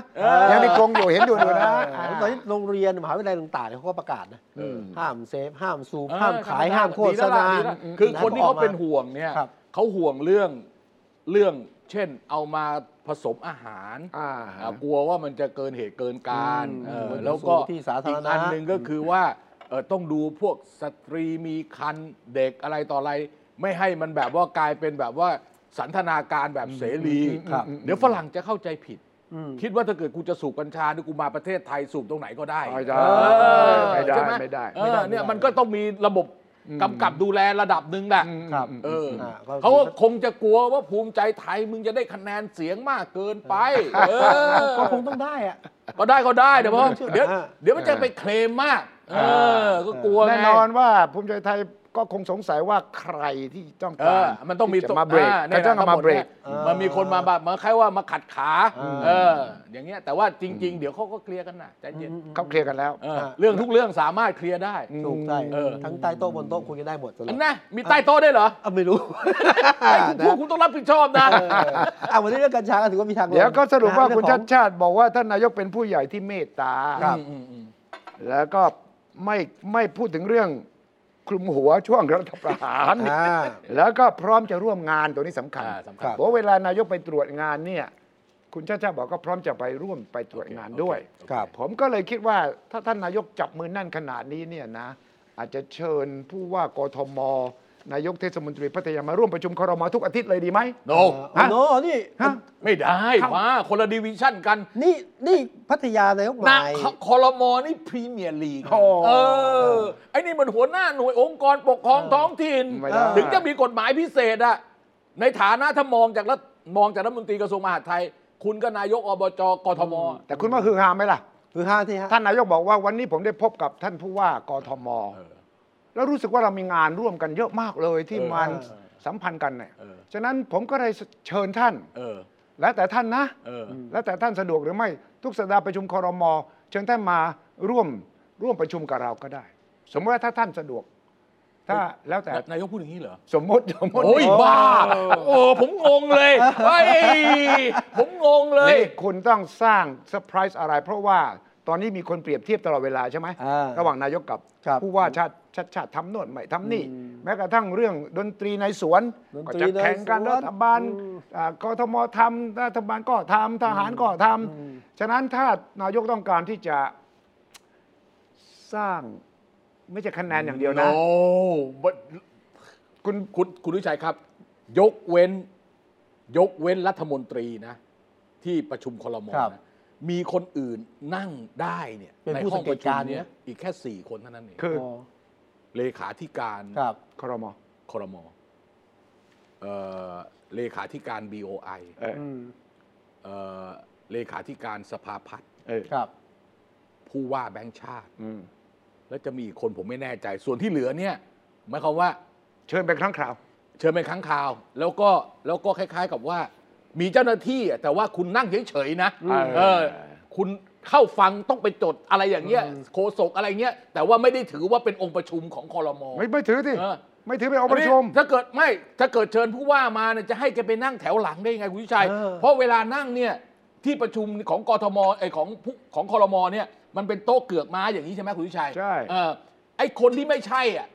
C: ยังมีกรงอยู่เห็นอยู่อยู่นะ
A: เออตอนนี้โรงเรียนมหาวิทยาลัยต่างๆเนี่ยเขาก็ประกาศนะ
B: เออ
A: ห้ามเซฟ ห้ามสูบ
B: เออ
A: ห้ามขาย
B: ธรรด
A: ห้ามโฆษณา
B: ดีแล้วล่ะดีแล้วล่ะคือคนที่เขาเป็นห่วงเนี่ย
A: ครับ
B: เขาห่วงเรื่องเรื่อง เช่น เอามาผสมอาหาร
C: อ่า
B: อ่ากลัวว่ามันจะเกินเหตุเกินการ
A: อืม
B: เออ
A: มันจะ
B: แล้วก็
A: สู่ที่สาธารณะ
B: อีกอันหนึ่งก็คือว่าเอ่อต้องดูพวกสตรีมีคันเด็กอะไรต่ออะไร ไม่ให้มันแบบว่ากลายเป็นแบบว่าสันทนาการแบบเสรี
A: ครับ
B: เดี๋ยวฝรั่งจะเข้าใจผิด
A: อืม
B: คิดว่าถ้าเกิดกูจะสูบกัญชาเนี่ยกูมาประเทศไทยสูบตรงไหนก็ได้
C: ไม่ได้
B: เออ
C: ไม่ได้
B: ใช่ห
C: ไม่ได้
B: เออเนี่ยมันก็ต้องมีระบบกำกับดูแลระดับหนึ่งแหละ
A: ครับ
B: เออ
A: อ่า
B: เขาก็คงจะกลัวว่าภูมิใจไทยมึงจะได้คะแนนเสียงมากเกินไปเออ
A: ก็คงต้องได้อะ
B: ก็ได้ก็ได้เดี๋ยวเพราะ
A: เชื่อ
B: เดี๋ยว
A: อ่า
B: เดี๋ยวมันจะไปเคลมมาก เออ ก็กลัวไง
C: แน่นอนว่าภูมิใจไทย ก็คงสงสัยว่าใครที่ต้อง
B: เอ
C: การ
B: อ มันต้องมี
C: ที่จะมาเบรก
B: อ่
C: ก็
B: แน่นน
C: ต้องเอามาเบรก
B: ทั้งหดนี่ยมันมีคนมาแบบเหมาคล้ายว่ามาขัดขา
A: อืม
B: เออ อย่างเงี้ยแต่ว่าจริง ๆ เดี๋ยวเขาก็เคลียร์กันนะใจเย็น
C: เขาเคลียร์กันแล้ว
B: เออเรื่องทุกเรื่องสามารถเคลียร์ได้
A: ถูกใช่
B: เออ
A: ทั้งใต้โต๊ะบนโต๊ะคุยกันได้หมดตลอ
B: อั
A: ด
B: นนะมีใต้โต๊ะได้วยเหรอ
A: อ่ะไม่รู้
B: ไอ้คุณพูดคุณต้องรับผิดชอบนะ
A: เอออ่ะวันนี้เรื่องกัญชาก็ถือว่ามีทางลง
C: เดี๋ยวก็สรุปว่า
A: นะ
C: คุณ
A: เรื่
C: ชั
A: อง
C: ด
A: ของ
C: ชาติบอกว่าท่านนายกเป็นผู้ใหญ่ที่เมตตา
A: ครับ
B: อืมอืม
C: แล้วก็ไม่ไม่พูดถึงเรื่องคลุมหัวช่วงรัฐประหาร
A: อ่า
C: แล้วก็พร้อมจะร่วมงานตัวนี้สำคัญ
B: อ่าสำ
A: ครั
B: คัญ
A: บ
C: เพราะเวลานายกไปตรวจงานเนี่ยคุณชาติชาติบอกก็พร้อมจะไปร่วมไปตรวจงานด้วย
A: ครับ
C: ผมก็เลยคิดว่าถ้าท่านนายกจับมือแนั่นขนาดนี้เนี่ยนะอาจจะเชิญผู้ว่ากทม นายกเทศมนตรีพัทยามาร่วมประชุมครมทุกอาทิตย์เลยดีไหม
B: โน
A: อ๋อโนนี่
C: ฮะ
B: ไม่ได้มาคนละดีวิชั่นกัน
A: นี่นี่พัทยานายกให
B: นะ
A: ม่
B: คอรมอนี่พรีเมียร์ลีก
C: โอ้
B: เออ ไอ้นี่มันหัวหน้าหน่วยองค์กรปกครองท้องถิ่น
C: ไม่ได้
B: ถึงจะมีกฎหมายพิเศษอะในฐานะถ้ามองจากรัฐมองจากรัฐมนตรีกระทรวงมหาดไทย คุณก็นายกอบจกทม
C: แต่คุณว่าฮือฮาไหมล่ะ
A: คือห้าที่ฮะ
C: ท่านนายกบอกว่าวันนี้ผมได้พบกับท่านผู้ว่ากทม
B: เออ
C: แล้วรู้สึกว่าเรามีงานร่วมกันเยอะมากเลยที่
B: เออ
C: มัน
A: เออ
C: สัมพันธ์กันเนี่ย
B: เออ
C: ฉะนั้นผมก็เลยเชิญท่าน
B: เออ
C: แล้วแต่ท่านนะ
B: เออ
C: แล้วแต่ท่านสะดวกหรือไม่ทุกสัปดาห์ประชุมคอรมอเชิญท่านมาร่วมร่วมประชุมกับเราก็ได้ สมมติว่าถ้าท่านสะดวก ถ้าแล้วแต่
B: นายกพูดอย่างนี้เหรอ
C: สมมติสมมติ
B: โอ้ยบ้า โอ้ผมงงเลยเฮ้ยผมงงเลย
C: นี่คุณต้องสร้างเซอร์ไพรส์อะไร เพราะว่าตอนนี้มีคนเปรียบเทียบตลอดเวลาใช่ไหม
A: อ่า
C: ระหว่างนายกกับ
A: ครับ
C: ผู้ว่าชาติชาติชาติทำโน่นไม่ทำนี่
A: อืม
C: แม้กระทั่งเรื่องดนตรีในสวน
A: ดน
C: ก็
A: ตรี
C: จะ
A: ใน
C: แข่งกัน
A: สวน
C: รัฐบาล
A: อืม
C: อ่ากทมทำรัฐบาลก็ทำทหารก็ทำฉะนั้นถ้านายกต้องการที่จะ สร้างไม่ใช่คะแนนอย่างเดียวนะ
B: No but
C: คุณ
B: คุณคุณวิชัยครับ ยกเว้น ยกเว้นรัฐมนตรีนะ ที่ประชุมคลม
A: ครับ
B: นะมีคนอื่นนั่งได้เนี่ย
A: เป็น
B: ใน
A: ผู้
B: ห้
A: สั
B: อง
A: งเก
B: ประ
A: ต
B: ชุม
A: การณ์
B: เนี่
A: เนี่ย ย
B: อีกแค่สี่คนเท่านั้นเอง
C: คือ
B: เลขาธิการ
A: ครับ
C: ครม
B: คลมเอ่อเลขาธิการ BOI
C: เออ
A: อืม
B: เอ่อเลขาธิการสภาพัฒน์
C: เออ
A: ครับ
B: ผู้ว่าแบงค์ชาติ
C: อืม
B: แล้วจะมีอีกคนผมไม่แน่ใจ ส่วนที่เหลือเนี่ยหมายความว่า
C: เชิญเป็นครั้งคราว
B: เชิญเป็นครั้งคราว แล้วก็แล้วก็คล้ายๆกับว่า มีเจ้าหน้าที่อะแต่ว่าคุณนั่งเฉยๆนะ
C: อืม
B: เออ คุณเข้าฟังต้องไปจดอะไรอย่างเงี้ยโคศกอะไรเงี้ยแต่ว่าไม่ได้ถือว่าเป็นองค์ประชุมของคอรมอ
C: ไม่ไม่ถือสิ
B: เออ
C: ไม่ถือเป็นองค์ประชุม
B: อันนี้ถ้าเกิดไม่ถ้าเกิดเชิญผู้ว่ามาเนี่ยจะให้แกไปนั่งแถวหลังได้ยังไงคุณวิชัย
A: เออ
B: เพราะเวลานั่งเนี่ยที่ประชุมของกทมไอยของผู้ของคอรมอเนี่ยมันเป็นโต๊ะเกือกม้าอย่างนี้ใช่ไหมคุณวิชัย
C: ใช่
B: เออไอคนที่ไม่ใช่อ่ะ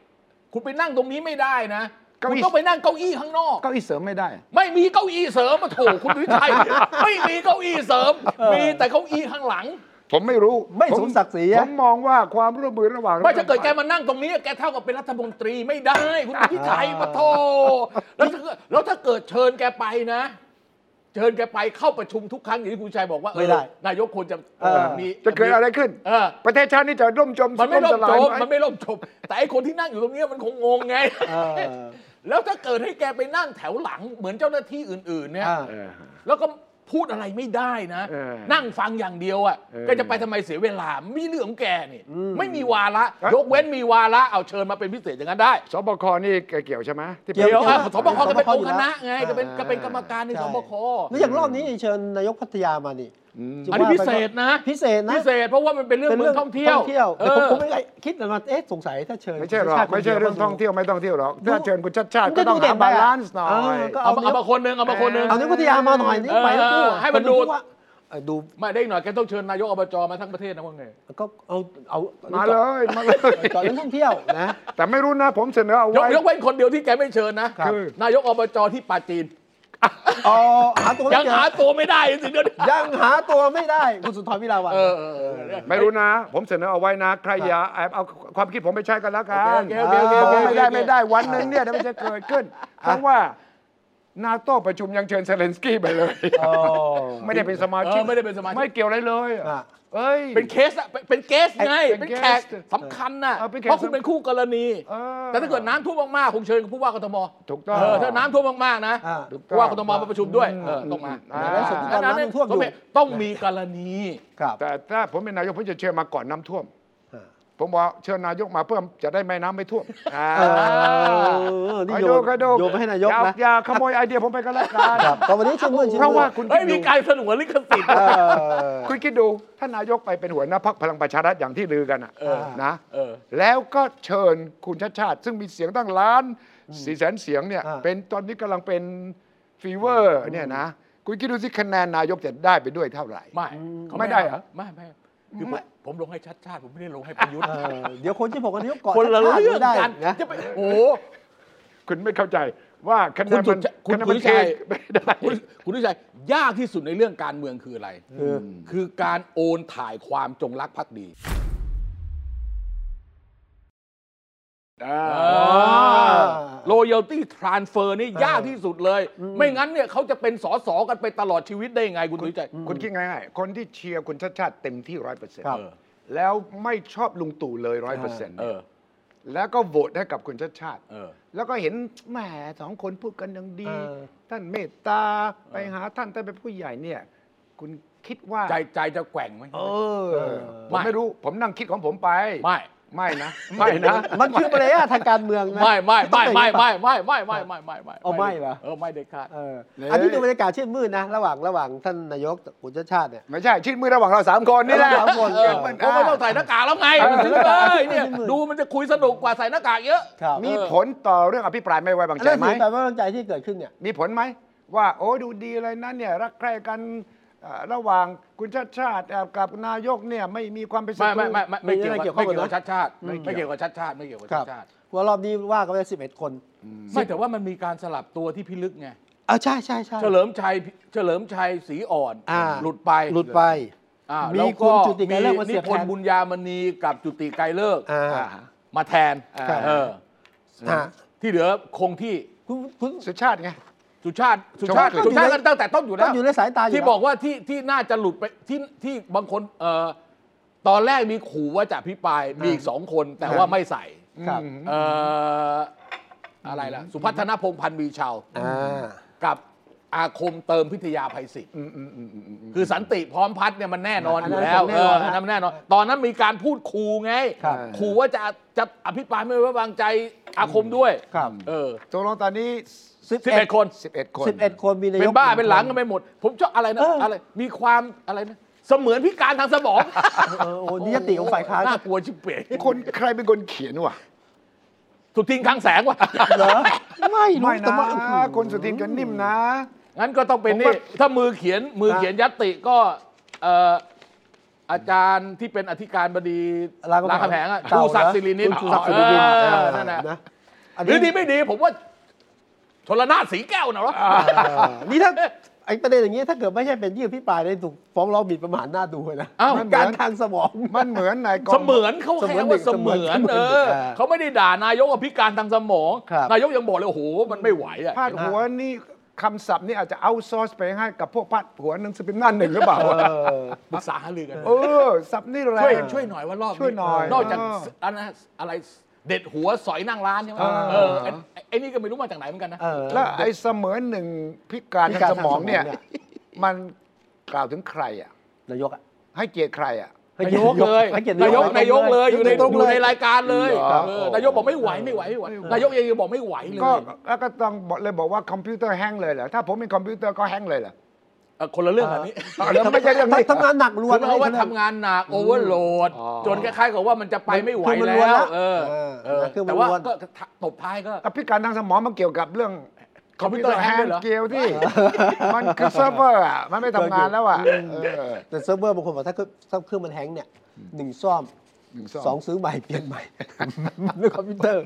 B: คุณไปนั่งตรงนี้ไม่ได้นะ
C: เก้า
B: คุ
C: อี้
B: ณต้องไปนั่งเก้าอี้ข้างนอก
C: เก้าอี้เสริมไม่ได้
B: ไม่มีเก้าอี้เสริมมาโถคุณวิ ชัย ไม่มีเก้าอี้เสริม มีแต่เก้าอี้ข้างหลัง
C: ผมไม่รู้
A: ไม่
C: ผ
A: สมศักดิ์ศรีอะ
C: ผมมองว่าความร่วมมือระหว่าง
B: ไม่ถ้าเกิดแกมานั่งตรงนี้แกเท่ากับเป็นรัฐมนตรีไม่ได้ คุณพิชัยมาโทแล้วถ้าเกิดแล้วถ้าเกิดเชิญแกไปนะ เชิญแกไปเข้าประชุมทุกครั้งอย่างที่คุณชัยบอกว่าเอ
A: ไม่
B: อ
A: ได้
B: นายกควรจะ
A: เออ
B: มี
C: จะเกิดอะไรขึ้น
B: เออ
C: ประเทศชาตินี่จะร่มจม
B: มันไม่ล่ม
C: ส
B: จ
C: ลาย
B: ม
C: ห
B: มันไม่ล่มจมแต่ไอคนที่นั่งอยู่ตรงเนี้ยมันคงงงไง
A: เออ
B: แล้วถ้าเกิดให้แกไปนั่งแถวหลังเหมือนเจ้าหน้าที่อื่นๆเนี่ย
A: อ่า
C: เออ
B: แล้วก็พูดอะไรไม่ได้นะ
C: เออ
B: นั่งฟังอย่างเดียวอ่ะ
C: เออ
B: แกจะไปทำไมเสียเวลาไม่มีเรื่องของแกนี่
A: อืม
B: ไม่มีวาระยกเว้นมีวาระเอาเชิญมาเป็นพิเศษอย่างนั้นได้
C: สบคนี่แกเกี่ยวใช่ไหมที่
A: เกี่ยว
B: เดี๋ยว
C: ค
B: อ่ะ
C: รับ
B: สบคก็เป็นองค์คณะ
A: อยู่แล้ว
B: ไงก็เป็น
A: อ่า
B: ก็เป็นกรรมการใน
A: ใช่
B: สบค
A: แล้วอย่างรอบนี้เชิญนายกพัทยามานี่จะ
B: อันนี้
A: ว่า
B: พิ
A: ไปก็
B: เศษนะ
A: พิเศษนะ
B: พิเศษเพราะว่ามันเป็นเรื่องเมืองท่องเที่ยว
A: เที่ยว
B: เอ
A: แต่ผม
B: อ
A: ผมไม่ได้คิดเลยว่าเอ๊ะสงสัยถ้าเชิญ
C: ไม่ใช่หรอก
A: ชาติคน
C: ไม่ใช่
A: ดีว
C: เรื่องท่องเที่ยวไม่ต้องเที่ยวหรอก
A: ดู
C: ถ้าเชิญคุณชัดชาติ
A: มัน
C: ก็
A: ก็
C: ต้อง
A: ดูเด่
C: หาน บา
A: ไปอะ
C: ลานซ์หน่อ
A: เออย ก็
B: เอามาเอามาคนหนึ่งเอามาคนหนึ่ง
A: เอานายกพัทยามาหน่อยนี่
B: เออ
A: ไปแล้วกูอะ
B: ให้มันดู
A: คว่าเออดู
B: ไม่ได้อีกหน่อยแกต้องเชิญนายกอบจมาทั้งประเทศนะว่าไง
A: ก็เอาเอา
C: มา
A: มา
C: เลยมาเลย
A: จอดเรื่องท่องเที่ยวนะ
C: แต่ไม่รู้นะผมเสนอเอา
B: ยก
C: ไว้
B: ยกเว้นคนเดียวที่แกไม่เชิญนะครับ
C: คือ
B: นายกอบจที่ปาจีน
A: อ๋อหาตัวไม่
B: ยัง
A: เจอ
B: หาตัวไม่ได้สิเดี๋ยวนี้
A: ยังหาตัวไม่ได้คุณสุนทรวิลาวัน
B: เออเออเออเนี่ย
C: ไม่รู้นะ ผมเสนอเอาไว้นะใครอย่าแอบเอาความคิดผมไปใช้กันแล้วกัน
B: โอเคโอเคโอเค
C: บอกว่า
B: โอเค
C: ไม่ได้
B: โอเค
C: ไม่ได้วันหนึ่งเนี่ยเดี๋ยวมันจะเกิดขึ้น เพราะว่านาโต้ประชุมยังเชิญเซเลนสกี้ไปเลย ไม่ได้เป็นสมาชิก
B: เออไม่ได้เป็นสมาชิก
C: ไม่เกี่ยวอะไรเลย
A: อ่ะ
C: เอ้ย
B: เป็นเคสอะเป็นเป็นเคสไง
C: เป็น
B: เป็น
C: เคส
B: แขกสำคัญน่ะ
C: เออเป็นแขก
B: เพราะคุณเป็นคู่กรณี
C: เออ
B: แต่ถ้าเกิดน้ำท่วมมากๆคงเชิญกับผู้ว่ากทม
C: ถูกต้อง
B: เออถ้าน้ำท่วมมากๆนะ
A: อ่า
C: ถูกต้อง
B: ผู้ว่ากทมมาประชุมด้วย
C: อืม
B: เออต้องมา
C: อ่า
A: แล้วสมมุติว่าน้ำยังท่วมอยู่
B: ต้องมีกรณี
A: ครับ
C: แต่ถ้าผมเป็นนายกผมจะเชิญมาก่อนน้ำท่วม
A: อ่า
C: ผ ผมบอกเชิญนายกมาเพิ่มจะได้ไม่น้ำไม่ท่วมอ่า
A: เออนี่โยน
C: กระโดก
A: โยนไปให้นายก
C: อ
A: นะ
C: อย่าขโมยไอเดียผมไปก็แล้วกัน
A: ครับก็วันนี้ชื่นมื่นชื่น
C: เพ
A: มื่น
C: ราะว่าคุณ
B: เฮ้ย
C: คิด
B: มี
C: ดู
B: การสนวนลิขสิทธิ์
A: เออ
C: คุณคิดดูท่านนายกไปเป็นหัวหน้าพักพลังประชารัฐอย่างที่ลือกันอะ
B: เออ
C: นะ
B: เออ
C: แล้วก็เชิญคุณชาติชาติ ซึ่งมีเสียงตั้งล้านสี่แสนเสียงเนี่ย
A: อ่า
C: เป็นตอนนี้กำลังเป็นฟีเวอร์เนี่ยนะ คุณคิดดูสิคะแนนนายกจะได้ไปด้วยเท่าไหร่
B: ไม่เขา
C: ไม่ได้เหรอ
B: ไม่ไม่คือผมผมลงให้ชัดชาติ ผมไม่ได้ลงให้ประยุทธ์
A: เออเดี๋ยวคนที่บอกกันนายกก่อน
B: คนละเรื่อง
A: ไม่ได้
B: กัน
A: นะ
B: จะไปโอ้โห
C: คุณไม่เข้าใจว่าคะแนนมัน
B: คุณ
C: คะ
B: สุ
C: แนนมั
B: ท
C: น
B: ธิ
C: เท
B: ชัย
C: ไม่ได้
B: คุณคุณวิชัยยากที่สุดในเรื่องการเมืองคืออะไร
A: คือ
B: คือการโอนถ่ายความจงรักภักดี
C: อ่า
B: โรยัลตี้ทรานเฟอร์นี่ยากที่สุดเลย ไม่งั้นเนี่ยเขาจะเป็นสอสอกันไปตลอดชีวิตได้ยังไงคุณสุทธิชัย
C: คุณคิดง่ายๆ คนที่เชียร์คุณชาติชาติเต็มที่ร้อยเปอร์เซ็นต์
A: ครับ
C: แล้วไม่ชอบลุงตู่เลยร้อยเปอร์เซ็นต์
B: เออ
C: แล้วก็โหวตให้กับคุณชาติชาติ
B: เออ
C: แล้วก็เห็นแหมสองคนพูดกันดังดี
A: เออ
C: ท่านเมตตาไปหาท่านท่านเป็นผู้ใหญ่เนี่ย คุณคิดว่า
B: ใจใจจะแกว่งไหม
C: เออผ
B: ไม่
C: มไม่รู้ผมนั่งคิดของผมไป
B: ไม่
C: ไม่นะ ไม่นะ
A: มันคือมารยาททางการเมืองนะ
B: ไม่ไม่ไม่ไม่ไม่ไม่ไม่ไม่ไม่ไม่ไม่
A: เอาไม่เหรอ
B: เออไม่เด็ดขาด
A: เออ
C: เลย
A: อันนี้ดูบรรยากาศชื่นมื่นนะ ระหว่างระหว่างท่านนายกคุณชาติชาติเนี่ย
C: ไม่ใช่ชื่นมือระหว่างเราสามคนนี่แหละ
A: เราสามคน
B: เออเพราะไม่ต้องใส่หน้ากากแล้วไง
C: เออ
B: ถึงเลยเนี่ย
A: เออ
B: ดูมันจะคุยสนุกกว่าใส่หน้ากากเยอะ
A: ครับ
C: มีผลต่อเรื่องอภิปรายไม่ไว้วาง
A: อัน
C: ใจ
A: นั้น
C: ไหม
A: ถือแปลว่าเรื่องใจที่เกิดขึ้นเนี่ย
C: มีผลไหมว่า โอ้ดูดีเลยนะเนี่ยรักใคร่กันเอ่อระหว่างคุณชาติชาติเอ่อกับนายกเนี่ยไม่มีความเป็นศั
B: ไม่
C: ตรู
B: ไม่ไม่ไม่ไม่เกี่ยวกับ
A: ไม่
B: ไม่
A: เกี่ยว วข้อ
B: เกี่ยกับ
A: มูลนะ
B: ชาติชาติไม่เกี่ยวกับชาติชาติไม่เกี่ยวกับ
A: ค
B: ชา
A: รับ
B: ติชาติ
A: ว่ารอบนี้ว่ากันไปสิบเอ็ดคน
B: ไม่แต่ว่ามันมีการสลับตัวที่พิลึกไง
A: เออใช่ใช่ใช่
B: เฉลิมชัยเฉลิมชัยศรีอ่อน
A: อ่า
B: หลุดไป
A: หลุดไป
B: อ่า
A: มี
B: แล้ว
A: คุ
B: ก็
A: ณจุติไกรฤกษ์มาเสี
B: นิ
A: ยบ
B: พนธ์
A: แทน
B: บุญญามณีกับจุติไกรเลิกษ์
A: อ่า
C: อ่า
B: มาแทน
C: ครับ
B: เออ
A: ฮะ
B: ที่เหลือคงที่
A: คุณคุณ
C: สุชาติไง
B: สุชาติสุชาติ
C: ชงกลิ่น
B: สุชาติกันตั้งแต่ต้นอยู่แล้
A: ต้
B: ว
A: องอยู่ในสายตาอยู่
B: ที่บอกว่าที่ที่น่าจะหลุดไปที่ที่บางคนเอ่อตอนแรกมีขู่ว่าจะพิปรายมีอีกสองคนแต่ว่าไม่ใส่
A: ครับ
C: อืม
B: เอ่ออะไรล่ะ สุพัฒนพงษ์พันธ์มีชาว
A: อ่า
B: กับอาคมเติมพิทยาภัยศิษย์คือสันติพร้อมพัฒน์เนี่ยมันแน่นอน
A: อั
B: อน
A: นั้
B: ยู่
A: น
B: แล้ว
A: ผมแน่
B: เอน อ
A: อน
B: อันนั้น
A: ฮะ
B: แน่นอนตอนนั้นมีการพูดขู่ไง
A: ครับ
B: ขู่ว่าจะจะอภิปรายไม่ไว้วางใจอาคมด้วย
A: ครับ
B: เออ
C: ตกลงตอนนี้
A: สิบ
B: สิบ
A: เอ็
B: เอ็
A: ด
B: ดคน
C: 11 คน
A: สิบเอ็ดคนมีนายก
B: เป็นบ้าเป็นหลังกันไปหมด ผมชอบอะไรนะ
A: เอออ
B: อะไรมีความอะไรนะเสมือนพิการทางสมอง
A: เออโอ้โหนิยติของฝ่ายค้าน
B: น่ากลัวชิบเป๋
C: คนใครเป็นคนเขียนวะ
B: สุดทิ้งค้างแสงว่ะ
A: เหรอไม่รู้
C: ไม่
A: แต่
C: นะ
A: ว่าอื้อหือ
C: คนสุทินกันนิ่มนะ
B: งั้นก็ต้องเป็น
C: ผม
B: นี่
C: ว่า
B: ถ้ามือเขียนมือ
A: นะ
B: เขียนยัตติก็เอ่ออาจารย์ที่เป็นอธิการบดี
A: ราม
B: รามคำแหงอะ
A: เก่า
B: ชูศัก
A: นะ
B: ดิ์สิรินิน
A: คุณชูศักดิ์สิรินิน
B: เอ
A: เอ
B: อ
A: อ
B: นั่นแหละ
A: นะอัน
B: หรื
A: นี้
B: อดีไม่ดีผมว่าชนละนาถสีแก้วนะวะ
A: เออนี่ถ้าไอ้ประเด็นอย่างเงี้ยถ้าเกิดไม่ใช่เป็นยื่นพิปรายได้ถูกฟ้องร้องหมิ่นประมาทหน้าดูเลยนะ
B: เอ้า
C: มัน
A: การทางสมอง
C: มันเหมือนนายกอง
B: เสมือนเขาแค่ว่าเส
A: เสมื
B: มื
A: อนเด็
B: อน
A: ก
B: เอ
A: เส
B: อ
A: มือนเด็กอ่า
B: เขาไม่ได้ด่านายกอภิการทางสมอง
A: ครับ
B: นายกยังบอกเลยโอ้โหมันไม่ไหวอ่ะ
C: พาดหัวนี่คำศัพท์นี่อาจจะเอาซอสไปให้กับพวกพาดหัวหนังสือพิมพ์หน้าหนึ่งหรือเปล่า
A: เอ
C: วะ
A: อ
B: ปรึกษาหารือกัน
C: เออศัพท์นี่แร
B: ช่วย
C: ง
B: ช่วยหน่อยว่ารอบนี้
C: ช่วยหน่อย
B: นอกจาก
C: เออ
B: อันนั้นอะไรเด็ดหัวสอยนั่งร้านใช่ไหม
C: เออ
B: เออไอ้ไอ้นี่ก็ไม่รู้มาจากไหนเหมือนกันนะ
A: เออ
C: แล้วไอ้เสมือนหนึ่งพิการทางสมองเนี่ย
A: พิการทางสมองเนี่ย
C: มันกล่าวถึงใครอ่ะ
A: นายกอะ
C: ให้เกียรติใครอ่ะ
B: นายกเลย
A: ให้เกีรติ
B: นายก
A: นาน
B: าย ย
A: ก
B: กเลย อยู่ใน
A: ตรง
B: อ
A: ๆ
B: ยู่ใน
A: เล
B: รายการเลย
C: ครับ
B: เออนายกบอกไม่ไหวไม่ไหวไม่ไหว นายกยังบอกไม่ไหวเลย
C: ก็แล้วก็ต้องบอกเลยบอกว่าคอมพิวเตอร์แห้งเลยเหรอถ้าผมมีคอมพิวเตอร์ก็แห้งเลยเหรอ
B: เออคนละเรื่องแบบนี้
C: อ๋อแล้วไม่ใช่เรื่องนี้
A: ทำงานหนักล้วน
B: คือเพราะว่าทำงานหนักโอเวอร์โหลด
C: อ๋อ
B: จนคล้ายๆกับว่ามันจะไปไม่ไหว
A: คือมัน
B: แล้
A: ล้วน
B: ว
A: ละ
B: เออเออ
A: คือมัน
B: แต่ว่า
A: ล้วน
B: ก็ตบท้ายก็
C: อภิการทางสมองมันเกี่ยวกับเรื่อง
B: คอมพิวเตอร์แฮงด้วยเหรอ
C: เกี่ยวที่ มันคือเซิร์ฟเวอร์อ่ะมันไม่ทำงานแล้วอ่ะเออ
A: แต่เซิร์ฟเวอร์บางคนบอกถ้าเครื่องเครื่องมันแฮงก์เนี่ยหนึ่งซ่อม
C: หนึ่ง
A: ส
C: ส
A: อ
C: อง ง
A: ซื้อใหม่เปลี่ยนใหม่ด้วยคอมพิวเตอร์